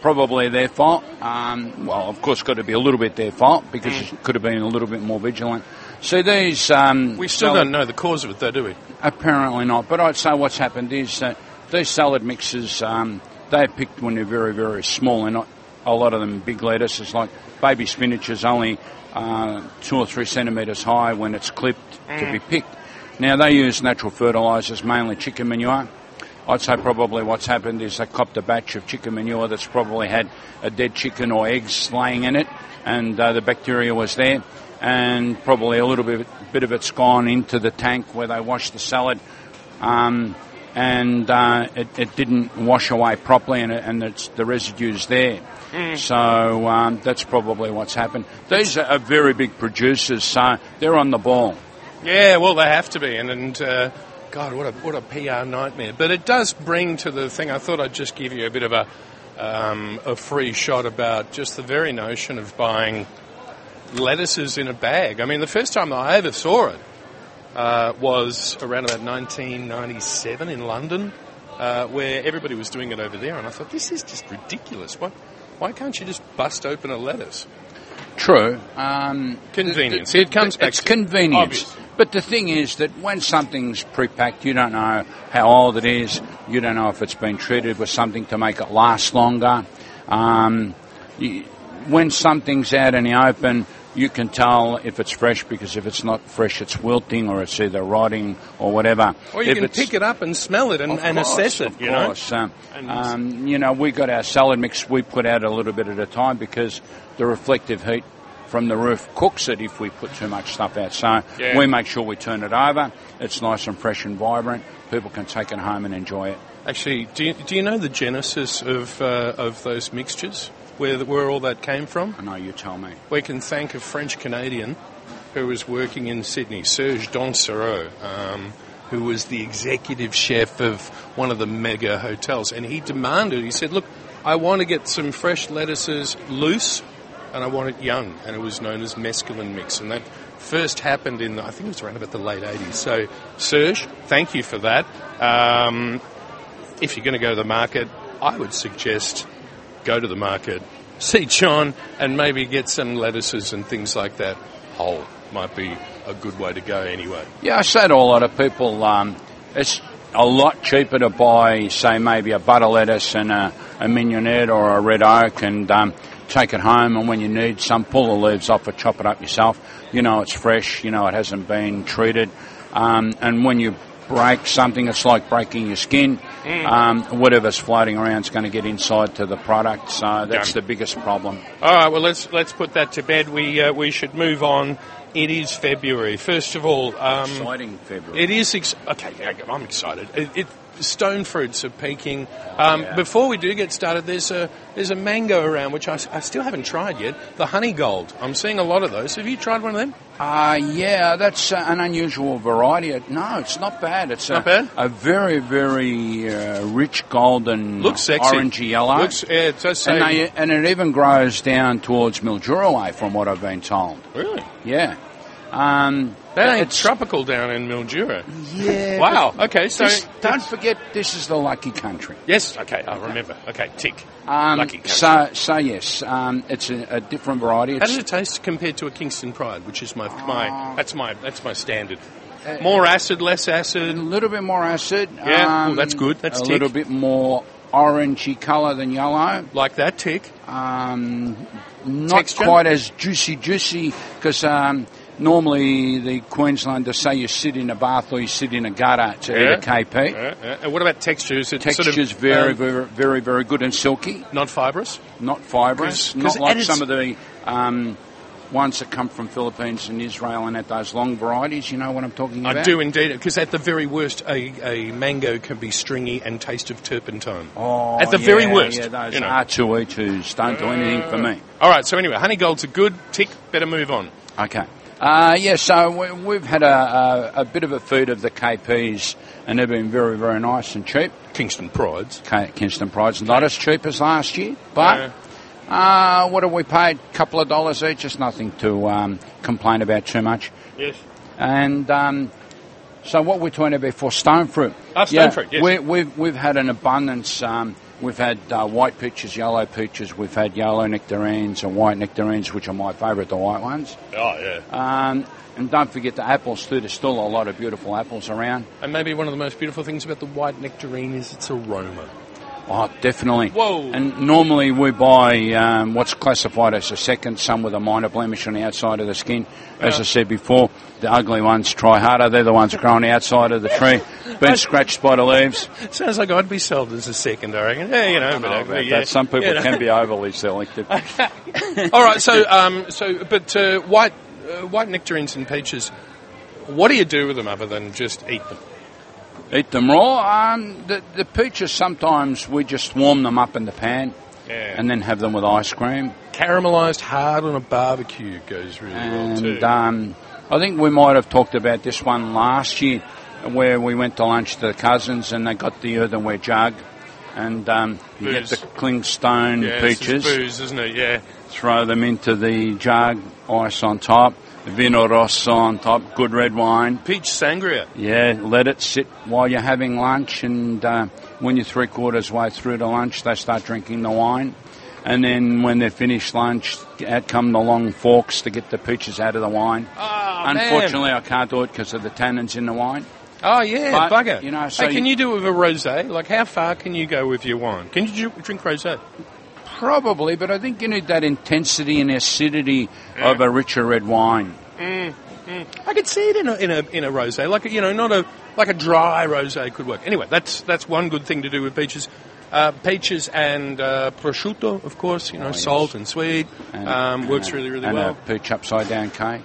Speaker 5: probably their fault. Um, well, of course, got to be a little bit their fault because
Speaker 2: Mm.
Speaker 5: it could have been a little bit more vigilant. So these um,
Speaker 2: We still
Speaker 5: salad-
Speaker 2: don't know the cause of it, though, do we?
Speaker 5: Apparently not. But I'd say what's happened is that these salad mixes, um, they're picked when they're very, very small and not a lot of them big lettuces. Like baby spinach is only uh, two or three centimetres high when it's clipped to be picked. Now they use natural fertilisers, mainly chicken manure. I'd say probably what's happened is they copped a batch of chicken manure that's probably had a dead chicken or eggs laying in it, and uh, the bacteria was there, and probably a little bit, bit of it's gone into the tank where they wash the salad, um, and uh, it, it didn't wash away properly, and, it, and it's, the residue's there. So um, that's probably what's happened. These are, are very big producers, so they're on the ball.
Speaker 2: Yeah, well, they have to be, and and uh, God, what a what a PR nightmare. But it does bring to the thing. I thought I'd just give you a bit of a um, a free shot about just the very notion of buying lettuces in a bag. I mean, the first time I ever saw it uh, was around about 1997 in London, uh, where everybody was doing it over there, and I thought this is just ridiculous. Why why can't you just bust open a lettuce?
Speaker 5: True. Um,
Speaker 2: Convenience.
Speaker 5: th- th-
Speaker 2: It comes back
Speaker 5: It's
Speaker 2: to-
Speaker 5: convenience.
Speaker 2: obviously.
Speaker 5: But the thing is that when something's pre-packed, you don't know how old it is. You don't know if it's been treated with something to make it last longer. Um, y when something's out in the open, you can tell if it's fresh because if it's not fresh, it's wilting or it's either rotting or whatever.
Speaker 2: Or you
Speaker 5: If
Speaker 2: can
Speaker 5: it's-
Speaker 2: pick it up and smell it and,
Speaker 5: of
Speaker 2: and
Speaker 5: course,
Speaker 2: assess it.
Speaker 5: Of
Speaker 2: you know?
Speaker 5: course. Um,
Speaker 2: And-
Speaker 5: um, you know, we got our salad mix we put out a little bit at a time because the reflective heat from the roof cooks it if we put too much stuff out. So
Speaker 2: Yeah.
Speaker 5: we make sure we turn it over. It's nice and fresh and vibrant. People can take it home and enjoy it.
Speaker 2: Actually, do you, do you know the genesis of uh, of those mixtures? Where the, where all that came from?
Speaker 5: I know you tell me.
Speaker 2: We can thank a French Canadian who was working in Sydney, Serge Dansereau, um, who was the executive chef of one of the mega hotels, and he demanded. He said, "Look, I want to get some fresh lettuces loose, and I want it young." And it was known as mescaline mix, and that first happened in I think it was around about the late '80s. So, Serge, thank you for that. Um, if you're going to go to the market, I would suggest go to the market, see John and maybe get some lettuces and things like that whole might be a good way to go anyway.
Speaker 5: Yeah, I say to a lot of people, um, it's a lot cheaper to buy, say, maybe a butter lettuce and a, a mignonette or a red oak and um, take it home. And when you need some, pull the leaves off or chop it up yourself. You know it's fresh, you know it hasn't been treated. Um, and when you break something, it's like breaking your skin. Um, whatever's floating around is going to get inside to the product. So that's
Speaker 2: Done.
Speaker 5: the biggest problem.
Speaker 2: All right, well let's let's put that to bed. We uh, we should move on. It is February. First of all, um,
Speaker 5: Exciting February.
Speaker 2: It is ex- okay. yeah, I'm excited. It, it, stone fruits are peaking. Um,
Speaker 5: yeah.
Speaker 2: Before we do get started, there's a there's a mango around which I, s- I still haven't tried yet. The honey gold. I'm seeing a lot of those. Have you tried one of them?
Speaker 5: Uh, yeah, that's uh, an unusual variety. It- No, it's not bad. It's
Speaker 2: Not
Speaker 5: a,
Speaker 2: bad?
Speaker 5: a very, very uh, rich golden,
Speaker 2: Looks sexy.
Speaker 5: orangey yellow.
Speaker 2: Looks. Yeah, it does say.
Speaker 5: and, they, and it even grows down towards Mildura way, from what I've been told.
Speaker 2: really.
Speaker 5: Yeah. Um,
Speaker 2: That ain't
Speaker 5: it's-
Speaker 2: tropical down in Mildura.
Speaker 5: Yeah.
Speaker 2: Wow. Okay. So
Speaker 5: This, don't forget, this is the lucky country.
Speaker 2: yes. Okay. I remember. Okay. Tick.
Speaker 5: Um,
Speaker 2: Lucky. Country.
Speaker 5: So, so yes, um, it's a, a different variety.
Speaker 2: How
Speaker 5: It's,
Speaker 2: does it taste compared to a Kingston Pride, which is my
Speaker 5: Oh.
Speaker 2: my that's my that's my standard.
Speaker 5: Uh,
Speaker 2: More acid, less
Speaker 5: A
Speaker 2: acid.
Speaker 5: little bit more acid. Um,
Speaker 2: Yeah, well, that's good. That's
Speaker 5: a
Speaker 2: tick.
Speaker 5: little bit more orangey colour than yellow.
Speaker 2: Like that tick.
Speaker 5: Um, not
Speaker 2: Texture?
Speaker 5: quite as juicy, juicy because um, normally the Queenslanders say you sit in a bath or you sit in a gutter to
Speaker 2: Yeah.
Speaker 5: eat a KP.
Speaker 2: Yeah, yeah. And what about texture? Is it
Speaker 5: Texture's
Speaker 2: sort of,
Speaker 5: very,
Speaker 2: um,
Speaker 5: very, very, very good and silky,
Speaker 2: not fibrous?
Speaker 5: not fibrous,
Speaker 2: 'Cause- 'cause-
Speaker 5: not like
Speaker 2: and
Speaker 5: some of the um, ones that come from Philippines and Israel and at those long varieties. You know what I'm talking about?
Speaker 2: I do indeed, because at the very worst, a, a mango can be stringy and taste of turpentine.
Speaker 5: Oh,
Speaker 2: at the
Speaker 5: yeah,
Speaker 2: very worst.
Speaker 5: Yeah, those
Speaker 2: you know.
Speaker 5: R2E2s don't do anything for me.
Speaker 2: Uh, All right, so anyway, honey golds are good. Tick, better move on.
Speaker 5: Okay. Uh, yeah, so we, we've had a, a, a bit of a feed of the KPs, and they've been very, very nice and cheap.
Speaker 2: Kingston Prides.
Speaker 5: K- Kingston Pride's not as cheap as last year, but uh, what have we paid? A couple of dollars each. It's nothing to um, complain about too much.
Speaker 2: Yes.
Speaker 5: And um, so what we're talking about before, stone fruit.
Speaker 2: Ah, stone fruit, yes.
Speaker 5: We, we've, we've had an abundance. Um, we've had uh, white peaches, yellow peaches. We've had yellow nectarines and white nectarines, which are my favourite, the white ones.
Speaker 2: Oh, yeah.
Speaker 5: Um, and don't forget the apples too. There's still a lot of beautiful apples around.
Speaker 2: and maybe one of the most beautiful things about the white nectarine is its aroma.
Speaker 5: Oh, definitely.
Speaker 2: Whoa.
Speaker 5: And normally we buy um, what's classified as a second, some with a minor blemish on the outside of the skin. As I said before, the ugly ones try harder. They're the ones growing outside of the tree, been scratched by the leaves.
Speaker 2: Sounds like I'd be sold as a second, I reckon. Yeah, you know, but,
Speaker 5: Oh,
Speaker 2: uh,
Speaker 5: about
Speaker 2: yeah.
Speaker 5: that. Some people
Speaker 2: You know.
Speaker 5: can be overly selective.
Speaker 2: All right, so um, so but uh, white uh, white nectarines and peaches. What do you do with them other than just eat them?
Speaker 5: Eat them raw. Um, the, the peaches, sometimes we just warm them up in the pan
Speaker 2: Yeah.
Speaker 5: and then have them with ice cream.
Speaker 2: Caramelized hard on a barbecue goes really well too.
Speaker 5: And um, I think we might have talked about this one last year, where we went to lunch to the cousins and they got the earthenware jug, and um, you get
Speaker 2: Booze.
Speaker 5: the clingstone
Speaker 2: yeah, it's just
Speaker 5: peaches,
Speaker 2: booze, isn't it? Yeah.
Speaker 5: throw them into the jug, ice on top, vino rosso on top, good red wine.
Speaker 2: Peach sangria.
Speaker 5: Yeah, let it sit while you're having lunch, and uh, when you're three quarters way through to lunch, they start drinking the wine. And then when they're finished lunch, out come the long forks to get the peaches out of the wine.
Speaker 2: Ah, man.
Speaker 5: Unfortunately, I can't do it because of the tannins in the wine.
Speaker 2: Oh yeah,
Speaker 5: But,
Speaker 2: bugger.
Speaker 5: you know, so
Speaker 2: hey, can
Speaker 5: you-
Speaker 2: you do it with a rosé? Like, how far can you go with your wine? Can you ju- drink rosé?
Speaker 5: Probably, but I think you need that intensity and acidity of a richer red wine.
Speaker 2: I could see it in a in a in a rosé, like a, you know, not a like a dry rosé could work. Anyway, that's that's one good thing to do with peaches. Uh, peaches and uh, prosciutto, of course, you know,
Speaker 5: Oh, yes.
Speaker 2: salt and sweet,
Speaker 5: And-
Speaker 2: um,
Speaker 5: and
Speaker 2: works
Speaker 5: a-
Speaker 2: really really
Speaker 5: and
Speaker 2: well.
Speaker 5: a peach upside down cake.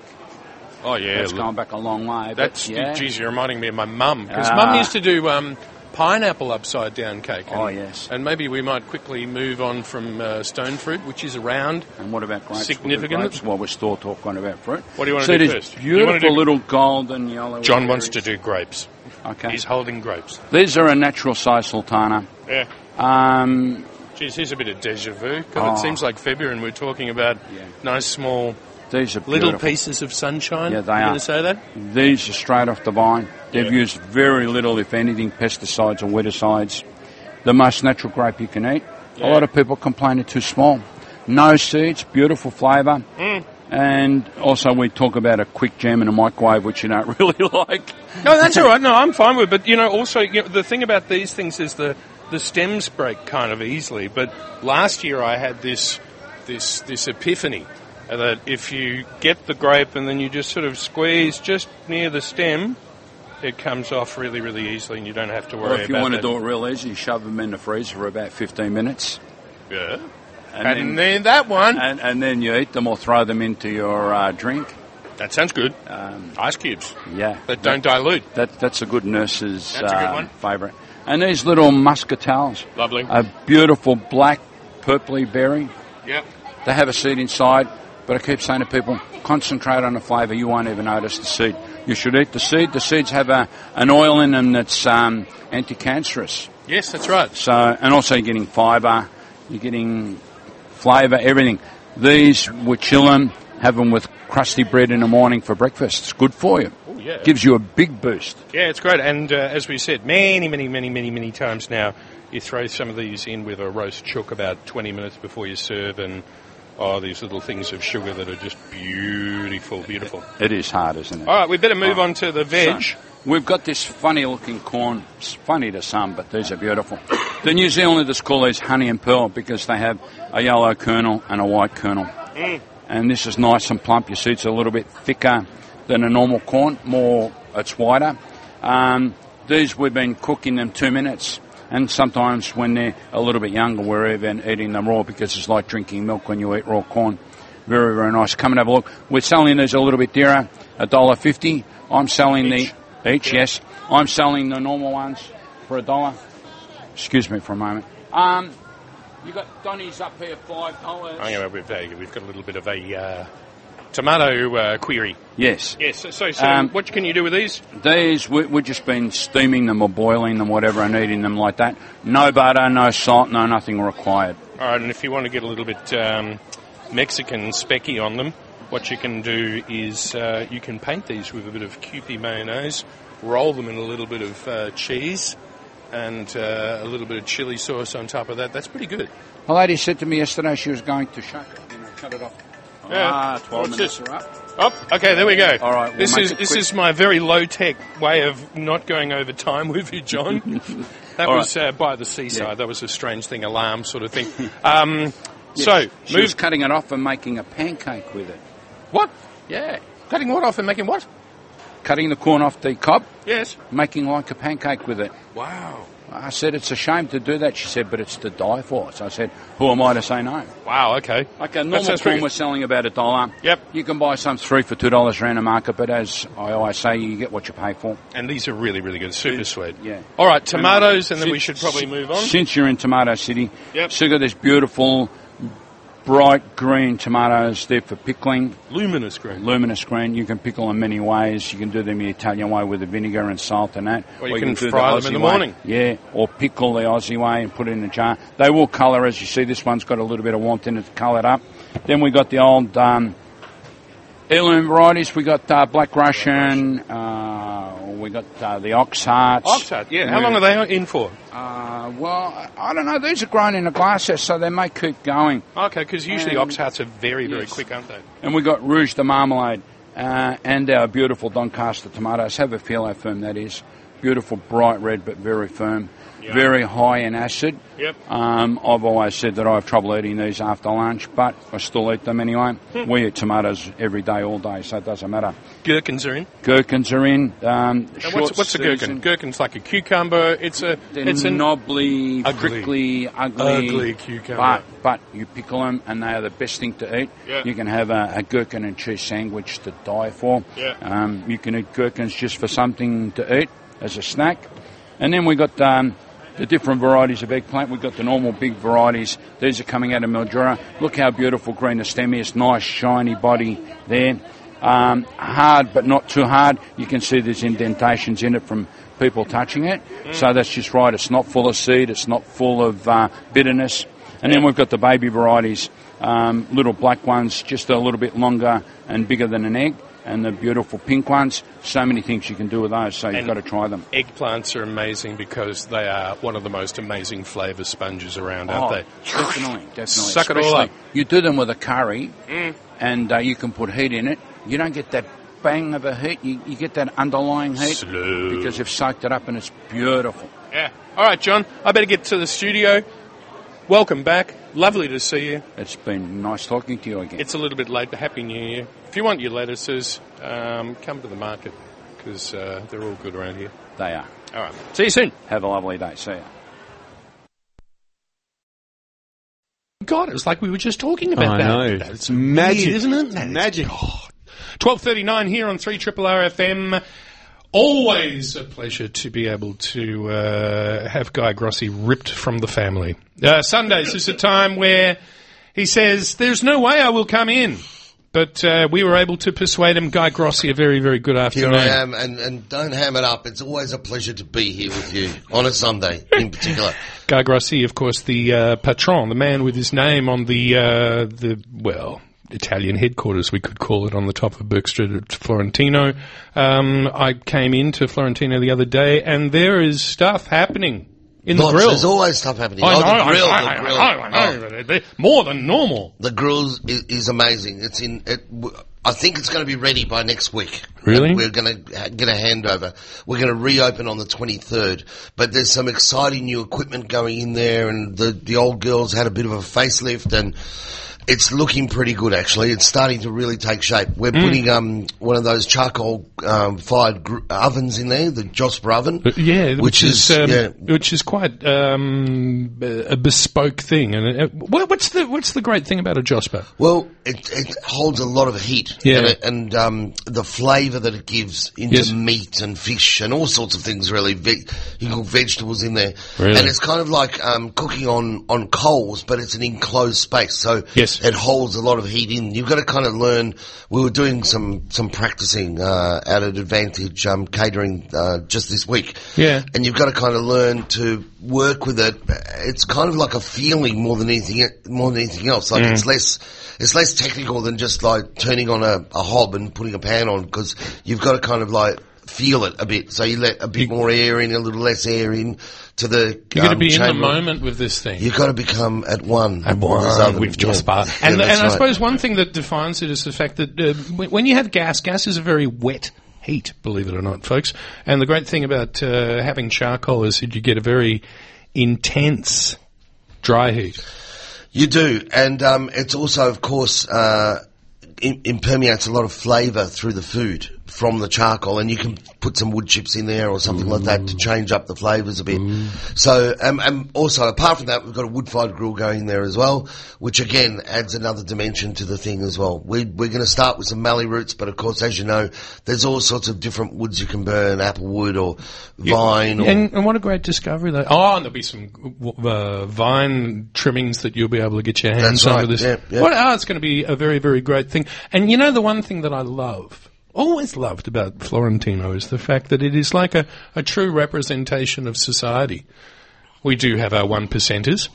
Speaker 2: oh yeah,
Speaker 5: That's gone back a long way. but
Speaker 2: that's
Speaker 5: yeah.
Speaker 2: geez, you're reminding me of my mum because
Speaker 5: Ah.
Speaker 2: mum used to do um, pineapple upside down cake. And,
Speaker 5: Oh, yes.
Speaker 2: and maybe we might quickly move on from uh, stone fruit, which is around.
Speaker 5: And what about grapes?
Speaker 2: Significant.
Speaker 5: Grapes, while we're still talking about fruit.
Speaker 2: What do you wanna
Speaker 5: so
Speaker 2: do
Speaker 5: these
Speaker 2: first? You wanna
Speaker 5: Beautiful
Speaker 2: do-
Speaker 5: little golden yellow.
Speaker 2: John wants to
Speaker 5: berries.
Speaker 2: do grapes.
Speaker 5: Okay.
Speaker 2: He's holding grapes.
Speaker 5: These are a natural size sultana.
Speaker 2: Yeah.
Speaker 5: Um,
Speaker 2: Geez, here's a bit of deja vu. God,
Speaker 5: Oh.
Speaker 2: it seems like February and we're talking about
Speaker 5: Yeah.
Speaker 2: nice small
Speaker 5: these are
Speaker 2: little
Speaker 5: beautiful.
Speaker 2: pieces of sunshine.
Speaker 5: Yeah, they
Speaker 2: you
Speaker 5: are. Mm.
Speaker 2: going to say that?
Speaker 5: These are straight off the vine. They've
Speaker 2: Yeah.
Speaker 5: used very little, if anything, pesticides or weedicides. The most natural grape you can eat. A lot of people complain it's too small. No seeds, beautiful flavour.
Speaker 2: Mm.
Speaker 5: And also, we talk about a quick jam in a microwave, which you don't really like.
Speaker 2: No, that's all right. No, I'm fine with. it. But you know, also you know, the thing about these things is the the stems break kind of easily. But last year I had this this this epiphany that if you get the grape and then you just sort of squeeze just near the stem, it comes off really really easily, and you don't have to worry
Speaker 5: Or if you
Speaker 2: about
Speaker 5: want to
Speaker 2: that.
Speaker 5: do it real easy, shove them in the freezer for about 15 minutes.
Speaker 2: Yeah.
Speaker 5: And,
Speaker 2: And,
Speaker 5: then,
Speaker 2: then that one.
Speaker 5: and, and then you eat them or throw them into your uh, drink.
Speaker 2: that sounds good.
Speaker 5: Um,
Speaker 2: Ice cubes
Speaker 5: yeah.
Speaker 2: that don't dilute.
Speaker 5: That, that's a good nurse's
Speaker 2: That's a good
Speaker 5: uh,
Speaker 2: one.
Speaker 5: favourite. And these little muscatels,
Speaker 2: Lovely.
Speaker 5: a beautiful black, purpley berry.
Speaker 2: yeah.
Speaker 5: They have a seed inside, but I keep saying to people, concentrate on the flavour. You won't even notice the seed. You should eat the seed. The seeds have a, an oil in them that's um, anti-cancerous.
Speaker 2: Yes, that's right.
Speaker 5: So, and also you're getting fibre, you're getting flavour, everything. These we chill them, have them with crusty bread in the morning for breakfast. It's good for you.
Speaker 2: Oh, yeah.
Speaker 5: Gives you a big boost.
Speaker 2: Yeah, it's great. And uh, as we said many, many, many, many, many times now, you throw some of these in with a roast chook about 20 minutes before you serve, and oh, these little things of sugar that are just beautiful, beautiful.
Speaker 5: It is hard, isn't it?
Speaker 2: All right, we better move on to the veg.
Speaker 5: So, we've got this funny looking corn. It's funny to some, but these are beautiful. The New Zealanders call these honey and pearl because they have a yellow kernel and a white kernel. And this is nice and plump. You see, it's a little bit thicker than a normal corn, more, it's wider. Um, these we've been cooking them two minutes. And sometimes when they're a little bit younger, we're even eating them raw because it's like drinking milk when you eat raw corn. Very, very nice. Come and have a look. We're selling these a little bit dearer, a dollar fifty. I'm selling the each, yes. I'm selling the normal ones for a dollar. Excuse me for a moment. Um, you got Donny's up here five dollars.
Speaker 2: Hang on, we've, uh, we've got a little bit of a uh, tomato uh, query.
Speaker 5: Yes,
Speaker 2: Yes, so, so
Speaker 5: Um,
Speaker 2: what can you do with these?
Speaker 5: these we, we've just been steaming them or boiling them, whatever, and eating them like that. No butter, no salt, no nothing required.
Speaker 2: All right, and if you want to get a little bit um, Mexican specky on them, what you can do is uh, you can paint these with a bit of Kewpie mayonnaise, roll them in a little bit of uh, cheese, and uh, a little bit of chili sauce on top of that. That's pretty good.
Speaker 5: A lady said to me yesterday she was going to shut it, and I cut it off.
Speaker 2: Yeah.
Speaker 5: Ah, 12
Speaker 2: What's
Speaker 5: minutes
Speaker 2: this?
Speaker 5: are up.
Speaker 2: Oh, okay, there we go.
Speaker 5: All right, we'll
Speaker 2: this
Speaker 5: make
Speaker 2: is
Speaker 5: it
Speaker 2: this
Speaker 5: quick.
Speaker 2: is my very low tech way of not going over time with you, John. that
Speaker 5: All
Speaker 2: was uh, by the seaside.
Speaker 5: Yeah.
Speaker 2: That was a strange thing, alarm sort of thing. Um,
Speaker 5: She
Speaker 2: So, move.
Speaker 5: was cutting it off and making a pancake with it.
Speaker 2: What? Yeah, cutting what off and making what?
Speaker 5: Cutting the corn off the cob,
Speaker 2: Yes.
Speaker 5: making like a pancake with it.
Speaker 2: Wow.
Speaker 5: I said, it's a shame to do that. She said, but it's to die for. So I said, who am I to say no?
Speaker 2: Wow. Okay.
Speaker 5: Like a
Speaker 2: That
Speaker 5: normal
Speaker 2: sounds
Speaker 5: corn
Speaker 2: pretty-
Speaker 5: we're selling about a dollar.
Speaker 2: Yep.
Speaker 5: You can buy some three for two dollars around the market, but as I always say, you get what you pay for.
Speaker 2: And these are really, really good. Super sweet.
Speaker 5: yeah.
Speaker 2: All right, tomatoes, and then we
Speaker 5: Since-
Speaker 2: should probably move on.
Speaker 5: Since you're in Tomato City,
Speaker 2: Yep.
Speaker 5: so you got these beautiful, bright green tomatoes there for pickling.
Speaker 2: Luminous green.
Speaker 5: Luminous green. You can pickle them many ways. You can do them the Italian way with the vinegar and salt and that.
Speaker 2: Or you can
Speaker 5: do
Speaker 2: fry them
Speaker 5: Aussie
Speaker 2: in the
Speaker 5: way.
Speaker 2: morning.
Speaker 5: Yeah, or pickle the Aussie way and put it in a jar. They will colour, as you see. This one's got a little bit of warmth in it to colour it up. Then we got the old um, heirloom varieties. We got uh, Black Russian. Uh, we got uh, the ox hearts.
Speaker 2: Oxtail. Yeah. How long are they in for?
Speaker 5: Uh, well, I- I don't know. These are grown in a glass house, so they may keep going.
Speaker 2: Okay, because usually
Speaker 5: Um,
Speaker 2: ox hearts are very, very
Speaker 5: yes.
Speaker 2: quick, aren't they?
Speaker 5: And we got Rouge de Marmalade uh, and our beautiful Doncaster tomatoes. Have a feel how firm that is. Beautiful, bright red, but very firm.
Speaker 2: Yeah.
Speaker 5: Very high in acid.
Speaker 2: Yep.
Speaker 5: Um, I've always said that I have trouble eating these after lunch, but I still eat them anyway.
Speaker 2: Hmm.
Speaker 5: we eat tomatoes every day, all day, so it doesn't matter.
Speaker 2: Gherkins are in.
Speaker 5: Gherkins are in. Um,
Speaker 2: Now,
Speaker 5: short
Speaker 2: what's, what's a gherkin?
Speaker 5: season.
Speaker 2: Gherkin's like a cucumber. It's a.
Speaker 5: They're
Speaker 2: it's a
Speaker 5: knobbly,
Speaker 2: Ugly.
Speaker 5: prickly, ugly,
Speaker 2: Ugly cucumber.
Speaker 5: But, but you pickle them, and they are the best thing to eat.
Speaker 2: Yeah.
Speaker 5: You can have a, a gherkin and cheese sandwich to die for.
Speaker 2: Yeah.
Speaker 5: Um, you can eat gherkins just for something to eat as a snack. And then we got um, the different varieties of eggplant. We've got the normal big varieties. These are coming out of Mildura. Look how beautiful green the stem is. Nice, shiny body there. Um, hard, but not too hard. You can see there's indentations in it from people touching it. So that's just right. It's not full of seed. It's not full of uh, bitterness. And then we've got the baby varieties, um, little black ones, just a little bit longer and bigger than an egg. and the beautiful pink ones. So many things you can do with those, so you've
Speaker 2: And-
Speaker 5: got to try them.
Speaker 2: Eggplants are amazing because they are one of the most amazing flavour sponges around, aren't they?
Speaker 5: Oh, Definitely, definitely.
Speaker 2: Suck it all
Speaker 5: Especially
Speaker 2: up.
Speaker 5: You do them with a curry, and uh, you can put heat in it. You don't get that bang of a heat. You, you get that underlying heat
Speaker 2: Slow.
Speaker 5: because you've soaked it up, and it's beautiful.
Speaker 2: Yeah. All right, John. I better get to the studio. Welcome back. Lovely to see you.
Speaker 5: It's been nice talking to you again.
Speaker 2: It's a little bit late, but Happy New Year. If you want your lettuces, um, come to the market because uh, they're all good around here.
Speaker 5: they are.
Speaker 2: All right. See you soon.
Speaker 5: Have a lovely day. See ya.
Speaker 2: God, it's like we were just talking
Speaker 3: I
Speaker 2: about
Speaker 3: know.
Speaker 2: that.
Speaker 3: It's magic.
Speaker 2: weird, isn't it? That is-
Speaker 3: Magic.
Speaker 2: God. 12.39 here on 3 Triple RFM. Always a pleasure to be able to uh, have Guy Grossi ripped from the family. Uh, Sundays is a time where he says, there's no way I will come in. But uh, we were able to persuade him. Guy Grossi, a very, very good
Speaker 6: Here
Speaker 2: afternoon.
Speaker 6: I am, and, and don't ham it up. It's always a pleasure to be here with you on a Sunday, in particular.
Speaker 2: Guy Grossi, of course, the uh, patron, the man with his name on the uh, the well Italian headquarters, we could call it, on the top of Burke Street at Florentino. Um, I came into Florentino the other day, and there is stuff happening in the
Speaker 6: Lots-
Speaker 2: grill.
Speaker 6: There's always stuff happening.
Speaker 2: I
Speaker 6: oh,
Speaker 2: know,
Speaker 6: the
Speaker 2: I know,
Speaker 6: grill, the
Speaker 2: I
Speaker 6: grill.
Speaker 2: know, I know,
Speaker 6: Oh,
Speaker 2: I know. More than normal.
Speaker 6: the grill is, is amazing. It's in. It, w- I think it's going to be ready by next week.
Speaker 2: Really?
Speaker 6: And we're going to get a handover. We're going to reopen on the 23rd, but there's some exciting new equipment going in there, and the the old girls had a bit of a facelift, and it's looking pretty good actually. It's starting to really take shape. We're
Speaker 2: Mm.
Speaker 6: putting um one of those charcoal um, fired gr- ovens in there, the Josper oven.
Speaker 2: But Uh, yeah, which,
Speaker 6: which
Speaker 2: is,
Speaker 6: is,
Speaker 2: um,
Speaker 6: yeah.
Speaker 2: which is quite um, a bespoke thing. And uh, what- what's the what's the great thing about a Josper?
Speaker 6: Well, it, it holds a lot of heat.
Speaker 2: Yeah.
Speaker 6: And, it, and um, the flavour that it gives into
Speaker 2: Yes.
Speaker 6: meat and fish and all sorts of things, really. Ve- you can cook vegetables in there.
Speaker 2: Really?
Speaker 6: And it's kind of like um, cooking on, on coals, but it's an enclosed space. So
Speaker 2: Yes.
Speaker 6: it holds a lot of heat in. You've got to kind of learn. We were doing some, some practicing uh, out at Advantage um, Catering uh, just this week.
Speaker 2: Yeah.
Speaker 6: And you've got to kind of learn to work with it. It's kind of like a feeling more than anything, more than anything else. Like
Speaker 2: Mm.
Speaker 6: it's less, it's less technical than just like turning on a, a hob and putting a pan on because you've got to kind of like feel it a bit. So you let a bit more air in, a little less air in to the.
Speaker 2: You've got to
Speaker 6: um,
Speaker 2: be in the
Speaker 6: chamber.
Speaker 2: moment with this thing.
Speaker 6: You've got to become at one.
Speaker 2: Mm-hmm.
Speaker 6: with this other-
Speaker 2: with
Speaker 6: yeah.
Speaker 2: Josper.
Speaker 6: Yeah,
Speaker 2: And,
Speaker 6: that's
Speaker 2: and I
Speaker 6: right.
Speaker 2: suppose one thing that defines it is the fact that uh, when when you have gas, gas is a very wet heat, believe it or not, folks. And the great thing about uh, having charcoal is that you get a very intense dry heat.
Speaker 6: You do, and um, it's also, of course, uh, im- impermeates a lot of flavour through the food from the charcoal, and you can put some wood chips in there or something like that to change up the flavours a bit. So, um, and also, apart from that, we've got a wood-fired grill going there as well, which again adds another dimension to the thing as well. We, we're going to start with some mallee roots, but of course, as you know, there's all sorts of different woods you can burn, apple wood or vine or
Speaker 2: And, and what a great discovery! Though. Oh, and there'll be some uh, vine trimmings that you'll be able to get your hands
Speaker 6: That's
Speaker 2: on
Speaker 6: right,
Speaker 2: with this.
Speaker 6: yeah, yeah.
Speaker 2: What, oh, it's going to be a very, very great thing. And you know, the one thing that I love, always loved about Florentino is the fact that it is like a, a true representation of society. We do have our one percenters,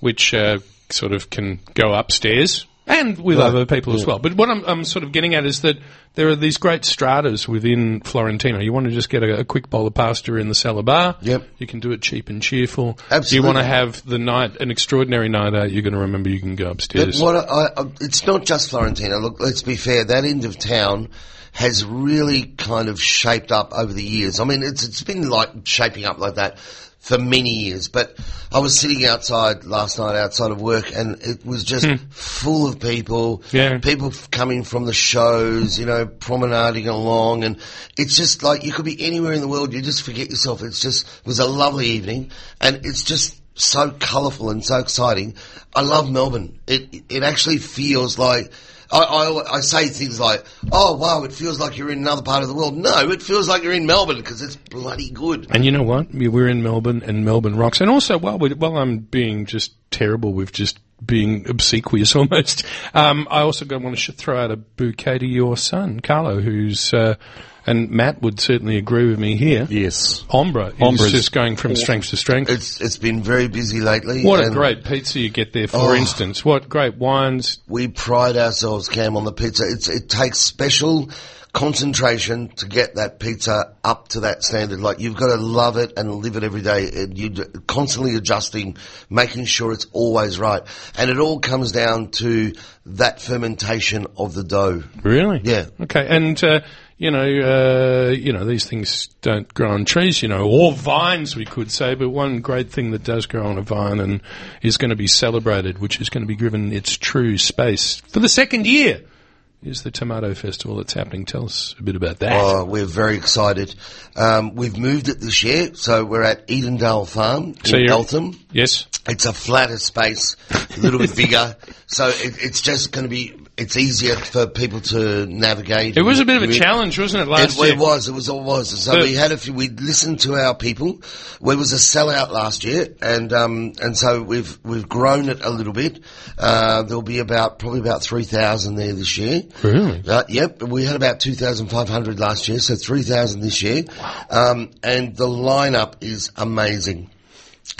Speaker 2: which uh, sort of can go upstairs. And with other people as well. But what I'm, I'm sort of getting at is that there are these great stratas within Florentino. You want to just get a, a quick bowl of pasta in the cellar bar.
Speaker 6: Yep.
Speaker 2: You can do it cheap and cheerful. You
Speaker 6: Absolutely.
Speaker 2: want to have the night, an extraordinary night out. You're going to remember you can go upstairs.
Speaker 6: But what I, I, it's not just Florentino. Look, let's be fair. That end of town has really kind of shaped up over the years. I mean, it's it's been like shaping up like that for many years. But I was sitting outside last night, outside of work, and it was just full of people.
Speaker 2: Yeah.
Speaker 6: people f- coming from the shows. You know, promenading along, and it's just like you could be anywhere in the world. You just forget yourself. It's just it was a lovely evening, and it's just so colourful and so exciting. I love Melbourne. It it actually feels like I, I I say things like, "Oh wow, it feels like you're in another part of the world." No, it feels like you're in Melbourne because it's bloody good.
Speaker 2: And you know what? We- We're in Melbourne, and Melbourne rocks. And also, while we, while I'm being just terrible with just being obsequious almost, um, I also want to sh- throw out a bouquet to your son, Carlo, who's uh, and Matt would certainly agree with me here. Oh,
Speaker 3: Yes.
Speaker 2: Ombra is
Speaker 3: Ombra's-
Speaker 2: just going from strength to strength.
Speaker 6: It's it's been very busy lately.
Speaker 2: what a
Speaker 6: and
Speaker 2: great pizza you get there, for
Speaker 6: Oh.
Speaker 2: instance. What great wines.
Speaker 6: We pride ourselves, Cam, on the pizza. It's it takes special concentration to get that pizza up to that standard. Like you've got to love it and live it every day. And you d- constantly adjusting, making sure it's always right. And it all comes down to that fermentation of the dough.
Speaker 2: Really?
Speaker 6: Yeah.
Speaker 2: Okay, and uh, you know, uh, you know, these things don't grow on trees, you know, or vines, we could say. But one great thing that does grow on a vine and is going to be celebrated, which is going to be given its true space for the second year, is the tomato festival that's happening. Tell us a bit about that.
Speaker 6: Oh, we're very excited. Um, we've moved it this year, so we're at Edendale Farm
Speaker 2: So
Speaker 6: in
Speaker 2: you're-
Speaker 6: Eltham.
Speaker 2: yes.
Speaker 6: It's a flatter space, a little bit bigger, so it, it's just going to be. It's easier for people to navigate.
Speaker 2: It was a bit of a challenge, wasn't it? Last
Speaker 6: It, it
Speaker 2: year.
Speaker 6: was. It was. It was. So
Speaker 2: But-
Speaker 6: we had a few. We listened to our people. We was a sellout last year, and um, and so we've we've grown it a little bit. Uh, there'll be about probably about three thousand there this year.
Speaker 2: Really?
Speaker 6: Uh, yep. We had about two thousand five hundred last year, so three thousand this year. Um, and the lineup is amazing.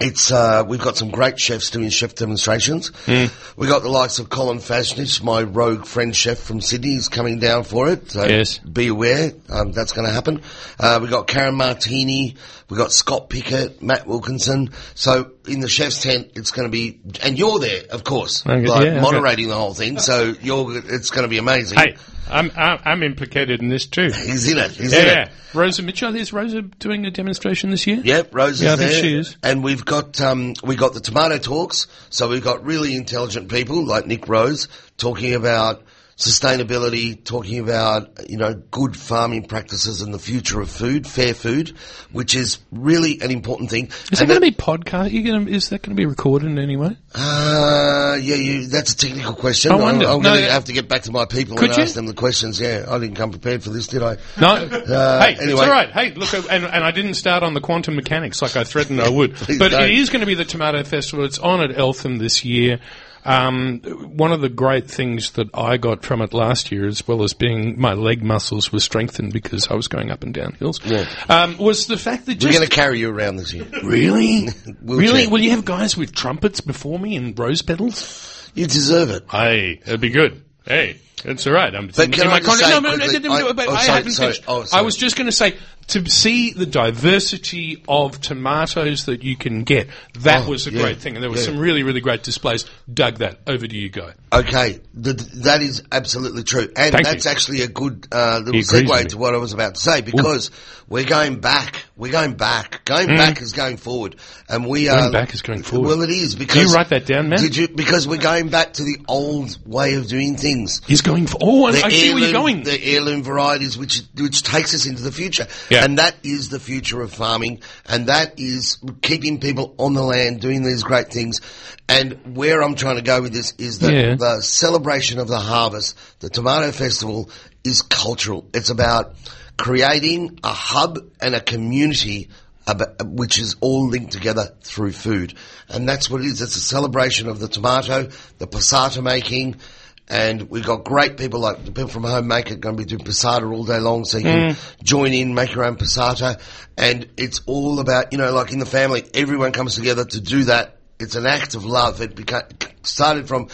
Speaker 6: It's uh, we've got some great chefs doing chef demonstrations.
Speaker 2: Hmm.
Speaker 6: We got the likes of Colin Fashnich, my rogue friend chef from Sydney, is coming down for it. So
Speaker 2: Yes.
Speaker 6: be aware um, that's going to happen. Uh, we got Karen Martini, we got Scott Pickett, Matt Wilkinson. So in the chef's tent, it's going to be, and you're there, of course,
Speaker 2: Okay,
Speaker 6: like
Speaker 2: yeah, okay.
Speaker 6: moderating the whole thing. So you're, it's going to be amazing.
Speaker 2: Hey, I'm, I'm I'm implicated in this too.
Speaker 6: He's in it. He's in it.
Speaker 2: Yeah, Rosa Mitchell. Is Rosa doing a demonstration this year?
Speaker 6: Yep, Rose is
Speaker 2: Yeah, I
Speaker 6: there.
Speaker 2: think she is.
Speaker 6: And we've got um, we got the tomato talks. So we've got really intelligent people like Nick Rose talking about sustainability, talking about you know good farming practices and the future of food, fair food, which is really an important thing.
Speaker 2: Is that
Speaker 6: And
Speaker 2: going
Speaker 6: that-
Speaker 2: to be podcast? You gonna, is that going to be recorded in any way?
Speaker 6: Uh, yeah, you, that's a technical question.
Speaker 2: I wonder.
Speaker 6: I'm, I'm
Speaker 2: No,
Speaker 6: going to
Speaker 2: that-
Speaker 6: have to get back to my people
Speaker 2: Could
Speaker 6: and
Speaker 2: you?
Speaker 6: ask them the questions. Yeah, I didn't come prepared for this, did I?
Speaker 2: No. Uh, hey, it's
Speaker 6: Uh, anyway.
Speaker 2: all right. Hey, look, and, and I didn't start on the quantum mechanics like I threatened I would.
Speaker 6: Please
Speaker 2: but
Speaker 6: don't.
Speaker 2: it is going to be the Tomato Festival. It's on at Eltham this year. Um, one of the great things that I got from it last year, as well as being my leg muscles were strengthened because I was going up and down hills, um, was the fact that
Speaker 6: We're
Speaker 2: just
Speaker 6: going to carry you around this year.
Speaker 2: really,
Speaker 6: We'll
Speaker 2: really,
Speaker 6: check.
Speaker 2: will you have guys with trumpets before me and rose petals?
Speaker 6: You deserve it.
Speaker 2: Hey, that'd be good. Hey, that's all right. I'm but
Speaker 6: can I just say quickly- I-
Speaker 2: but
Speaker 6: oh,
Speaker 2: I
Speaker 6: sorry,
Speaker 2: haven't
Speaker 6: sorry.
Speaker 2: finished.
Speaker 6: Oh,
Speaker 2: I
Speaker 6: sorry.
Speaker 2: was just going to say to see the diversity of tomatoes that you can get. That
Speaker 6: Oh,
Speaker 2: was a
Speaker 6: yeah,
Speaker 2: great thing, and there were
Speaker 6: yeah.
Speaker 2: some really, really great displays. Dug that. Over to you, guy.
Speaker 6: Okay, th- that is absolutely true, and
Speaker 2: Thank
Speaker 6: that's
Speaker 2: you.
Speaker 6: actually a good uh, little
Speaker 2: agrees with me.
Speaker 6: segue to what I was about to say because we're going back. We're going back. Going back is going forward, and we are
Speaker 2: back is Mm. going forward.
Speaker 6: Well, it is because
Speaker 2: you write that down, Matt?
Speaker 6: Did you? Because we're going back to the old way of doing things.
Speaker 2: He's going for. Oh, I,
Speaker 6: The
Speaker 2: I see where you're going.
Speaker 6: The heirloom varieties, which which takes us into the future,
Speaker 2: Yeah.
Speaker 6: and that is the future of farming, and that is keeping people on the land doing these great things. And where I'm trying to go with this is that
Speaker 2: Yeah.
Speaker 6: the celebration of the harvest, the tomato festival, is cultural. It's about creating a hub and a community. ab- Which is all linked together through food. And that's what it is. It's a celebration of the tomato, the passata making, and we've got great people like the people from Homemaker going to be doing passata all day long, so you can join in, make your own passata. And it's all about, you know, like in the family, everyone comes together to do that. It's an act of love. It beca- started from,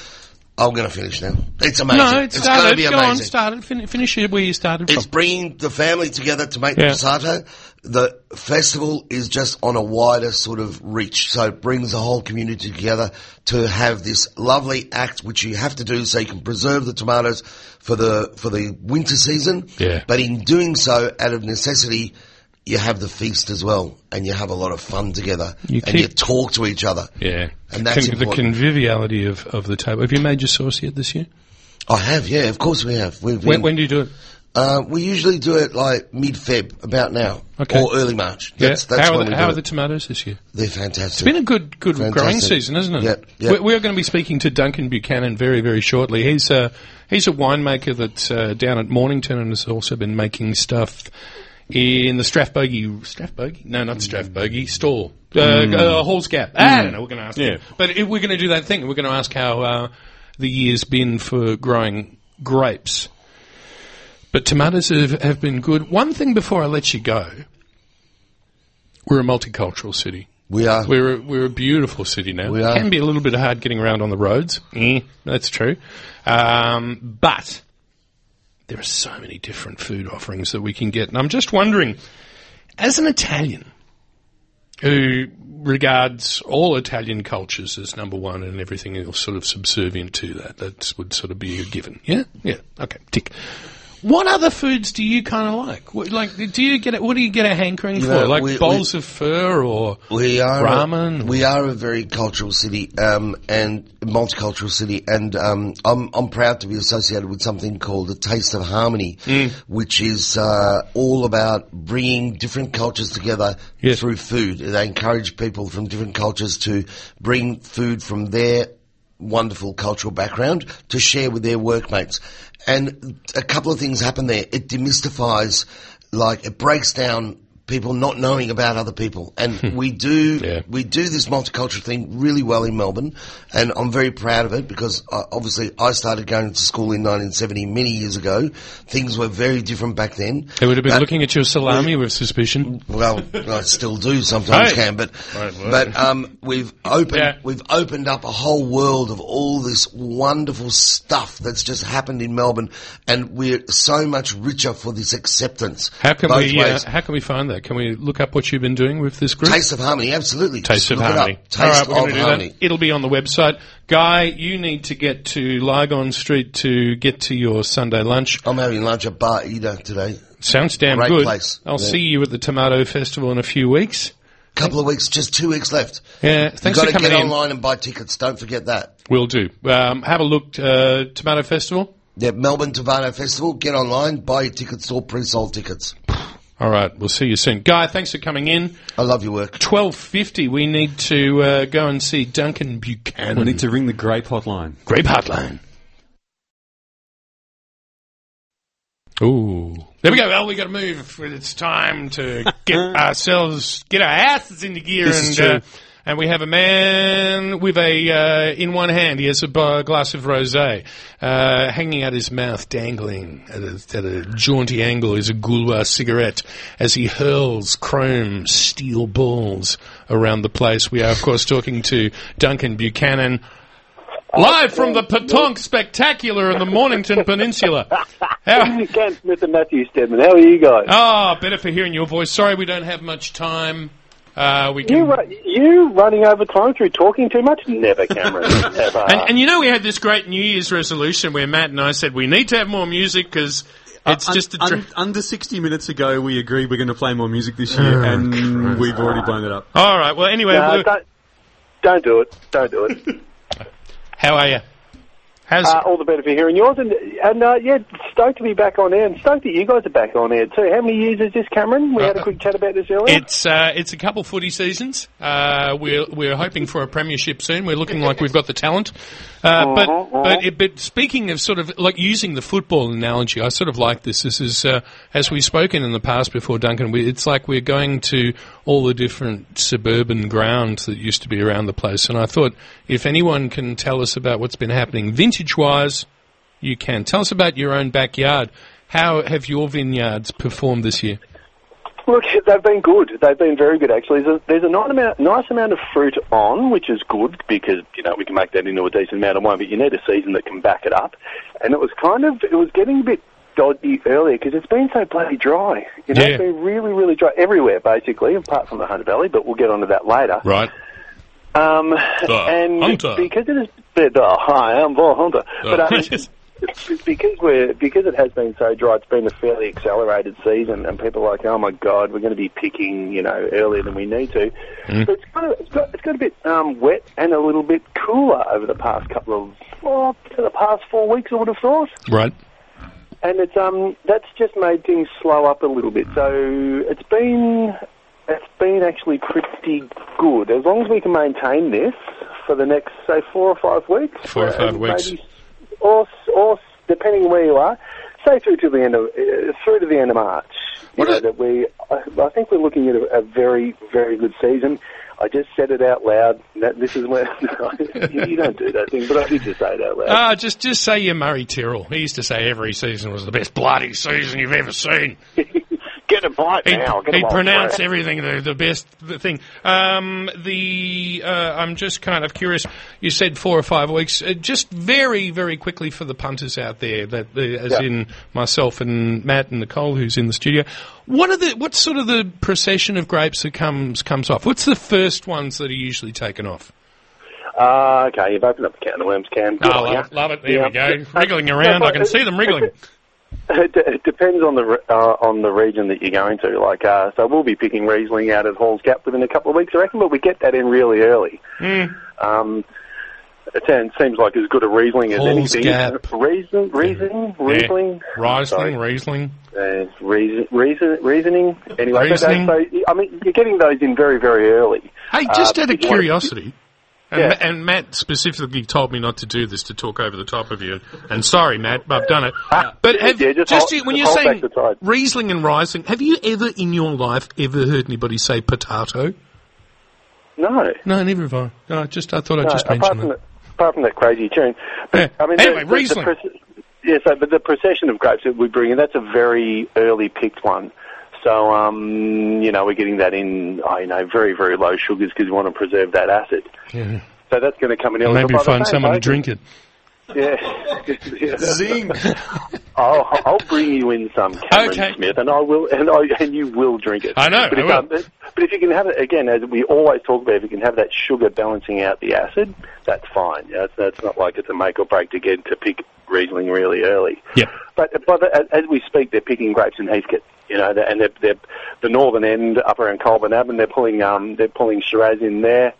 Speaker 6: I'm going to finish now. It's amazing.
Speaker 2: no, it
Speaker 6: gonna
Speaker 2: started.
Speaker 6: be
Speaker 2: Go
Speaker 6: amazing.
Speaker 2: on, started. Fin- finish it where you started
Speaker 6: It's
Speaker 2: from.
Speaker 6: bringing the family together to make
Speaker 2: Yeah.
Speaker 6: the passata. The festival is just on a wider sort of reach, so it brings the whole community together to have this lovely act, which you have to do so you can preserve the tomatoes for the for the winter season.
Speaker 2: Yeah.
Speaker 6: But in doing so, out of necessity, you have the feast as well, and you have a lot of fun together,
Speaker 2: You
Speaker 6: and you
Speaker 2: keep-
Speaker 6: talk to each other.
Speaker 2: Yeah,
Speaker 6: and that's
Speaker 2: Con- the
Speaker 6: important.
Speaker 2: conviviality of, of the table. Have you made your sauce yet this year?
Speaker 6: I have, yeah, of course we have. We've
Speaker 2: When,
Speaker 6: been-
Speaker 2: when do you do it?
Speaker 6: Uh, we usually do it like mid Feb, about now,
Speaker 2: Okay.
Speaker 6: or early March. That's, that's
Speaker 2: how are
Speaker 6: when
Speaker 2: the,
Speaker 6: we
Speaker 2: how
Speaker 6: do
Speaker 2: are the
Speaker 6: it.
Speaker 2: tomatoes this year?
Speaker 6: They're fantastic.
Speaker 2: It's been a good, good
Speaker 6: Fantastic.
Speaker 2: growing season, isn't it?
Speaker 6: Yep, yep.
Speaker 2: We, we are going to be speaking to Duncan Buchanan very, very shortly. He's a he's a winemaker that's uh, down at Mornington and has also been making stuff in the Strathbogie, Strathbogie? No, not Strathbogie, Stall, uh,
Speaker 6: Mm.
Speaker 2: uh, Hall's Gap. I don't know. We're going to ask
Speaker 3: Yeah.
Speaker 2: him, but if we're going to do that thing. We're going to ask how uh, the year's been for growing grapes. But tomatoes have, have been good. One thing before I let you go, we're a multicultural city.
Speaker 6: We are.
Speaker 2: We're a, we're a beautiful city now.
Speaker 6: We are.
Speaker 2: Can be a little bit hard getting around on the roads. Eh, that's true. Um, but there are so many different food offerings that we can get, and I'm just wondering, as an Italian who regards all Italian cultures as number one and everything else sort of subservient to that, that would sort of be a given. Yeah, yeah. Okay, tick. What other foods do you kind of like? What, like, do you get? A, what do you get a hankering for?
Speaker 6: know,
Speaker 2: Like
Speaker 6: we-
Speaker 2: bowls of fur or
Speaker 6: We are
Speaker 2: Ramen.
Speaker 6: A, we are a very cultural city um, and multicultural city, and um, I'm I'm proud to be associated with something called the Taste of Harmony,
Speaker 2: Mm.
Speaker 6: which is uh, all about bringing different cultures together
Speaker 2: Yes.
Speaker 6: through food. They encourage people from different cultures to bring food from their wonderful cultural background to share with their workmates. And a couple of things happen there. It demystifies, like it breaks down people not knowing about other people. And we do
Speaker 2: Yeah.
Speaker 6: we do this multicultural thing really well in Melbourne, and I'm very proud of it because uh, obviously I started going to school in 1970, many years ago. Things were very different back then.
Speaker 2: They would have been
Speaker 6: Uh,
Speaker 2: looking at your salami with suspicion.
Speaker 6: Well, I still do sometimes,
Speaker 2: Hey.
Speaker 6: can, but
Speaker 2: Right, well.
Speaker 6: but um, we've opened
Speaker 2: Yeah.
Speaker 6: we've opened up a whole world of all this wonderful stuff that's just happened in Melbourne, and we're so much richer for this acceptance.
Speaker 2: How can
Speaker 6: both
Speaker 2: we? Uh,
Speaker 6: ways.
Speaker 2: how can we find that? Can we look up what you've been doing with this group?
Speaker 6: Taste of harmony, absolutely.
Speaker 2: Taste
Speaker 6: Just
Speaker 2: of
Speaker 6: look it up.
Speaker 2: Harmony.
Speaker 6: Taste
Speaker 2: All right, we're
Speaker 6: of
Speaker 2: gonna do that.
Speaker 6: harmony.
Speaker 2: It'll be on the website. Guy, you need to get to Lygon Street to get to your Sunday lunch.
Speaker 6: I'm having lunch at Bar Ida today.
Speaker 2: Sounds damn
Speaker 6: Great
Speaker 2: good.
Speaker 6: place.
Speaker 2: I'll
Speaker 6: Yeah.
Speaker 2: see you at the Tomato Festival in a few weeks.
Speaker 6: Couple of weeks, just two weeks left.
Speaker 2: Yeah, thanks
Speaker 6: You've
Speaker 2: for
Speaker 6: got to
Speaker 2: coming
Speaker 6: get
Speaker 2: in.
Speaker 6: online and buy tickets. Don't forget that.
Speaker 2: We'll do. Um, have a look. Uh, Tomato Festival.
Speaker 6: Yeah, Melbourne Tomato Festival. Get online, buy your tickets or pre-sold tickets.
Speaker 2: All right, we'll see you soon. Guy, thanks for coming in.
Speaker 6: I love your work.
Speaker 2: Twelve fifty. We need to uh, go and see Duncan Buchanan.
Speaker 3: We need to ring the grape hotline.
Speaker 2: Grape Hotline. Ooh. There we go. Well, we got to move. It's time to get ourselves, get our asses into gear,
Speaker 3: This is
Speaker 2: and
Speaker 3: true.
Speaker 2: Uh, and we have a man with a uh, in one hand. He has a bu- glass of rosé uh, hanging out his mouth, dangling at a, at a jaunty angle. Is a Gaulois cigarette as he hurls chrome steel balls around the place. We are, of course, talking to Duncan Buchanan. Live from the Patonk Spectacular in the Mornington Peninsula. How-
Speaker 7: Cam Smith and Matthew Stedman, how are you guys?
Speaker 2: Ah, better for hearing your voice. Sorry, we don't have much time. Uh, we
Speaker 7: you,
Speaker 2: can,
Speaker 7: ru- you running over time through talking too much? Never, Cameron. Never.
Speaker 2: and, and you know, we had this great New Year's resolution where Matt and I said we need to have more music because it's
Speaker 3: Uh, Un-
Speaker 2: just a. Dr-
Speaker 3: un- under 60 minutes ago, we agreed we're going to play more music this year, and we've already blown it up.
Speaker 2: All right. Well, anyway,
Speaker 7: no,
Speaker 2: we-
Speaker 7: don't, don't do it. Don't do it.
Speaker 2: how are you? How's
Speaker 7: Uh, all the better for hearing yours. And, and uh, yeah, stoked to be back on air and stoked that you guys are back on air too. How many years is this, Cameron? We had a quick chat about this earlier.
Speaker 2: Uh, It's uh, it's a couple footy seasons. Uh, we're we're hoping for a premiership soon. We're looking like we've got the talent. Uh, but but it, but speaking of sort of like using the football analogy, I sort of like this. This is uh, as we've spoken in the past before, Duncan. We, it's like we're going to all the different suburban grounds that used to be around the place. And I thought if anyone can tell us about what's been happening vintage wise, you can tell us about your own backyard. How have your vineyards performed this year?
Speaker 7: Look, they've been good. They've been very good, actually. There's a, there's a nice, amount, nice amount of fruit on, which is good because you know we can make that into a decent amount of wine. But you need a season that can back it up. And it was kind of it was getting a bit dodgy earlier because it's been so bloody dry. You know,
Speaker 2: Yeah.
Speaker 7: it's been really, really dry everywhere basically, apart from the Hunter Valley. But we'll get onto that later.
Speaker 2: Right.
Speaker 7: Um, and
Speaker 2: Hunter.
Speaker 7: because it is the, the hi, I'm Paul Hunter. But um,
Speaker 2: yes.
Speaker 7: because we're because it has been so dry, it's been a fairly accelerated season, and people are like, oh my god, we're going to be picking, you know, earlier than we need to.
Speaker 2: Mm.
Speaker 7: But it's got, a, it's got it's got a bit um, wet and a little bit cooler over the past couple of well, for the past four weeks, I would have thought
Speaker 2: Right.
Speaker 7: and it's um that's just made things slow up a little bit. So it's been it's been actually pretty good as long as we can maintain this for the next say four or five weeks.
Speaker 2: Four or five
Speaker 7: and
Speaker 2: weeks.
Speaker 7: maybe- or or depending where you are, say uh, through to the end of uh, through to the end of March. You
Speaker 2: What
Speaker 7: know,
Speaker 2: are-
Speaker 7: that we, I, I think we're looking at a, a very, very good season. I just said it out loud. That this is when you, you don't do that thing, but I did just say it out loud.
Speaker 2: Ah, just just say you're Murray Tyrrell. He used to say every season was the best bloody season you've ever seen.
Speaker 8: Get a bite
Speaker 2: He'd,
Speaker 8: now. Get a
Speaker 2: he'd
Speaker 8: bite.
Speaker 2: pronounce everything the, the best th- thing. Um, the uh, I'm just kind of curious. You said four or five weeks. Uh, just very very quickly for the punters out there, that uh, as
Speaker 7: Yeah.
Speaker 2: in myself and Matt and Nicole, who's in the studio. What are the what sort of the procession of grapes that comes comes off? What's the first ones that are usually taken off?
Speaker 7: Ah, okay, you've opened up a can of worms, Cam. Good
Speaker 2: Oh,
Speaker 7: on ya.
Speaker 2: love, love it. There
Speaker 7: Yeah.
Speaker 2: we go. Wriggling around. I can see them wriggling.
Speaker 7: It, de- it depends on the re- uh, on the region that you're going to. Like, uh, so we'll be picking Riesling out at Halls Gap within a couple of weeks, I reckon. But we get that in really early.
Speaker 2: Hmm.
Speaker 7: Um, it sounds- seems like as good a Riesling as
Speaker 2: Halls
Speaker 7: anything.
Speaker 2: Gap.
Speaker 7: Riesling, Riesling, Riesling,
Speaker 2: Yeah. Eh, Riesling,
Speaker 7: Sorry.
Speaker 2: Riesling.
Speaker 7: uh, reason, reason, reasoning. Anyway, but, uh,
Speaker 2: Reasoning.
Speaker 7: so I mean, you're getting those in very, very early.
Speaker 2: Hey, just
Speaker 7: Uh,
Speaker 2: out of
Speaker 7: because-
Speaker 2: curiosity, and,
Speaker 7: Yeah.
Speaker 2: Ma- and Matt specifically told me not to do this to talk over the top of you. And sorry, Matt, but I've done it. But have,
Speaker 7: Ah, yeah, just
Speaker 2: just
Speaker 7: hold-
Speaker 2: when
Speaker 7: just
Speaker 2: you're
Speaker 7: hold
Speaker 2: saying
Speaker 7: back the tide.
Speaker 2: Riesling and Riesling, have you ever in your life ever heard anybody say potato?
Speaker 7: No,
Speaker 2: No, never have I. No, I just I thought I'd
Speaker 7: No,
Speaker 2: just
Speaker 7: apart
Speaker 2: mention
Speaker 7: from
Speaker 2: it.
Speaker 7: that, apart from that crazy tune. But,
Speaker 2: Yeah.
Speaker 7: I mean,
Speaker 2: Anyway,
Speaker 7: the, the,
Speaker 2: Riesling.
Speaker 7: The proce- yeah, so but the procession of grapes that we bring in, that's a very early picked one. So, um, you know, we're getting that in, I know, very, very low sugars because we want to preserve that acid. So that's going to come in. early.
Speaker 2: Maybe
Speaker 7: But by the
Speaker 2: find
Speaker 7: same
Speaker 2: someone to
Speaker 7: token-
Speaker 2: drink it.
Speaker 7: Yeah.
Speaker 3: Zing!
Speaker 7: I'll, I'll bring you in some Cameron
Speaker 2: Okay.
Speaker 7: Smith, and I will, and I, and you will drink it.
Speaker 2: I know,
Speaker 7: But
Speaker 2: I
Speaker 7: if,
Speaker 2: will.
Speaker 7: Um, but if you can have it again, as we always talk about, if you can have that sugar balancing out the acid, that's fine. Yeah, it's, that's not like it's a make or break to get to pick Riesling really early.
Speaker 2: Yep.
Speaker 7: But, but as, as we speak, they're picking grapes in Heathcote. You know, they're- and they're, they're the northern end up around Colburn Abbey, and they're pulling um, they're pulling Shiraz in there,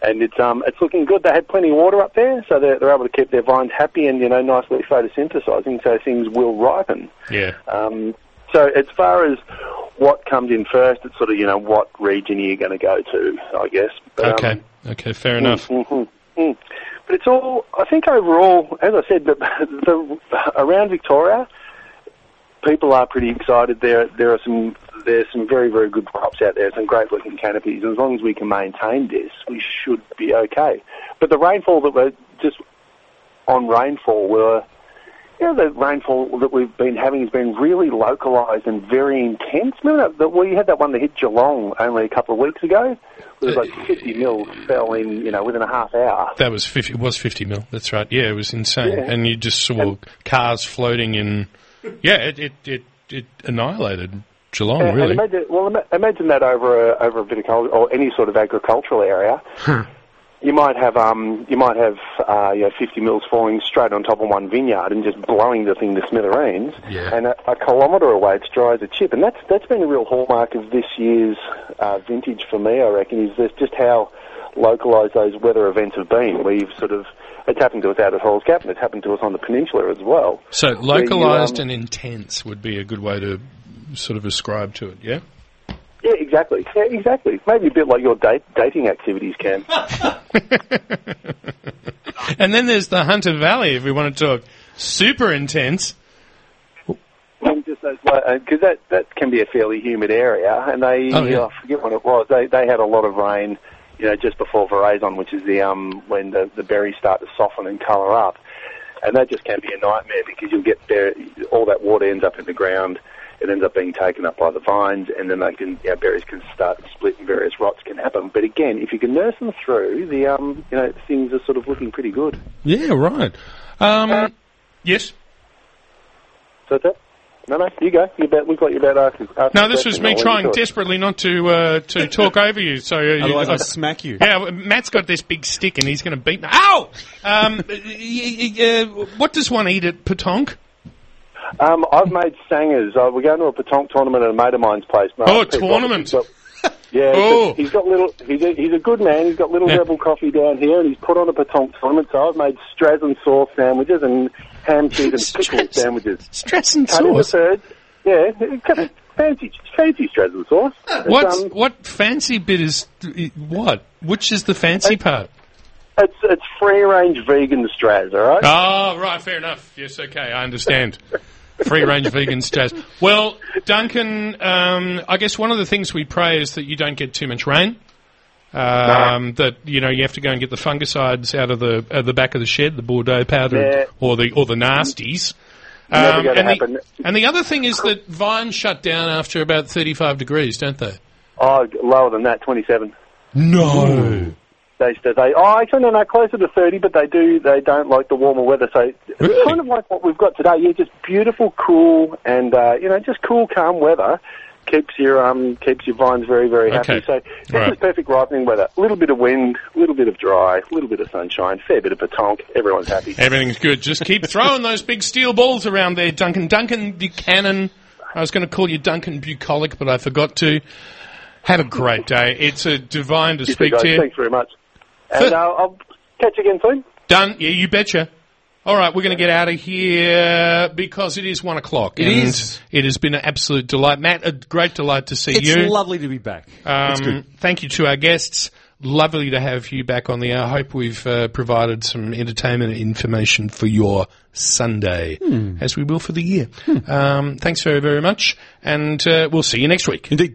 Speaker 7: and it's um, it's looking good. They had plenty of water up there, so they're, they're able to keep their vines happy and you know nicely photosynthesizing, so things will ripen.
Speaker 2: Yeah.
Speaker 7: Um, so as far as what comes in first, it's sort of you know what region you're going to go to, I guess. But, um,
Speaker 2: Okay. Okay. Fair enough.
Speaker 7: Mhm, mm. But it's all. I think overall, as I said, the, the around Victoria, people are pretty excited. There, there are some there's some very very good crops out there. Some great looking canopies. And as long as we can maintain this, we should be okay. But the rainfall that we're just on rainfall, we're yeah, the rainfall that we've been having has been really localised and very intense. Remember that, that we had that one that hit Geelong only a couple of weeks ago. It was like 50 mil fell in, you know, within a half hour.
Speaker 2: That was fifty. It was fifty mil. That's right. Yeah, it was insane.
Speaker 7: Yeah.
Speaker 2: And you just saw cars floating in. Yeah, it it it, it annihilated Geelong.
Speaker 7: And-
Speaker 2: Oh, really.
Speaker 7: And imagine, well, ima- imagine that over a, over a viticulture or any sort of agricultural area. You might have um, you might have uh, you know, 50 mils falling straight on top of one vineyard and just blowing the thing to smithereens.
Speaker 2: Yeah.
Speaker 7: And a, a kilometre away, it's dry as a chip. And that's that's been a real hallmark of this year's uh, vintage for me. I reckon is this just how localised those weather events have been. We've sort of it's happened to us out at Halls Gap and it's happened to us on the peninsula as well.
Speaker 2: So
Speaker 7: Where you,
Speaker 2: localized
Speaker 7: um,
Speaker 2: and intense would be a good way to sort of ascribe to it. Yeah.
Speaker 7: Yeah, exactly. Yeah, exactly. Maybe a bit like your date, dating activities, Cam.
Speaker 2: And then there's the Hunter Valley. If we want to talk super intense.
Speaker 7: And just those because that that can be a fairly humid area, and they uh,
Speaker 2: Oh, yeah.
Speaker 7: I forget what it was. They they had a lot of rain, you know, just before veraison, which is the um when the the berries start to soften and colour up, and that just can be a nightmare because you'll get there, all that water ends up in the ground. It ends up being taken up by the vines, and then they can yeah, berries can start to split, and various rots can happen. But again, if you can nurse them through, the um you know things are sort of looking pretty good.
Speaker 2: Yeah. Right. Um, yes.
Speaker 7: So that's it. No, no, you go. You bet. We've got your bet. After, after
Speaker 2: No, this was me trying
Speaker 7: to.
Speaker 2: desperately not to uh, to talk over you. So uh, you,
Speaker 3: Otherwise,
Speaker 2: I-
Speaker 3: I'd smack you.
Speaker 2: Yeah, well, Matt's got this big stick and he's going to beat me. Ow! Um, y- y- y- uh, what does one eat at Patonk?
Speaker 7: Um, I've made sangers. Uh, we're going to a Patonk tournament at a mate of mine's place. No,
Speaker 2: Oh,
Speaker 7: Pete
Speaker 2: tournament.
Speaker 7: Roberts. He's got- yeah,
Speaker 2: Oh.
Speaker 7: he's got- he's got little. He's a, he's a good man. He's got little
Speaker 2: Yeah.
Speaker 7: rebel coffee down here, and he's put on a Patonk tournament. So I've made Strassen sauce sandwiches and ham cheese and pickle
Speaker 2: Strassen-
Speaker 7: sandwiches.
Speaker 2: Stress and
Speaker 7: Cut in the
Speaker 2: sauce.
Speaker 7: thirds. Yeah, it's kind of fancy, fancy Strassen sauce. It's,
Speaker 2: What
Speaker 7: um,
Speaker 2: what fancy bit is what? Which is the fancy part?
Speaker 7: it's it's free range vegan Straz. All right.
Speaker 2: Ah, Oh, right, fair enough. Yes, okay, I understand. Free range vegans, Jazz. Well, Duncan, um, I guess one of the things we pray is that you don't get too much rain.
Speaker 7: Uh-huh.
Speaker 2: Um, That you know you have to go and get the fungicides out of the out the back of the shed, the Bordeaux powder,
Speaker 7: Yeah.
Speaker 2: or the or the nasties. Um,
Speaker 7: Never gonna
Speaker 2: and,
Speaker 7: happen.
Speaker 2: the, and the other thing is that vines shut down after about thirty-five degrees, don't they?
Speaker 7: Oh, lower than that, 27.
Speaker 2: No.
Speaker 7: They, they, they, oh, actually, no, no, closer to 30, but they do, they don't like the warmer weather. So
Speaker 2: Really?
Speaker 7: it's kind of like what we've got today. Yeah, just beautiful, cool, and, uh, you know, just cool, calm weather keeps your, um, keeps your vines very, very happy.
Speaker 2: Okay.
Speaker 7: So this
Speaker 2: Right.
Speaker 7: is perfect ripening weather. A little bit of wind, a little bit of dry, a little bit of sunshine, fair bit of batonk. Everyone's happy.
Speaker 2: Everything's good. Just keep throwing those big steel balls around there, Duncan. Duncan Buchanan. I was going to call you Duncan Bucolic, but I forgot to. Have a great day. It's a divine to speak
Speaker 7: guys,
Speaker 2: to you.
Speaker 7: Thanks very much. And uh, I'll catch you again soon.
Speaker 2: Done. Yeah, you betcha. All right, we're going to get out of here because it is one o'clock. It
Speaker 3: is.
Speaker 2: It has been an absolute delight, Matt. A great delight to see
Speaker 3: It's
Speaker 2: you.
Speaker 3: lovely to be back. it's
Speaker 2: Um,
Speaker 3: good.
Speaker 2: thank you to our guests. Lovely to have you back on the air. I hope we've uh, provided some entertainment information for your Sunday,
Speaker 3: Hmm.
Speaker 2: as we will for the year. Um, thanks very, very much, and uh, we'll see you next week.
Speaker 3: Indeed.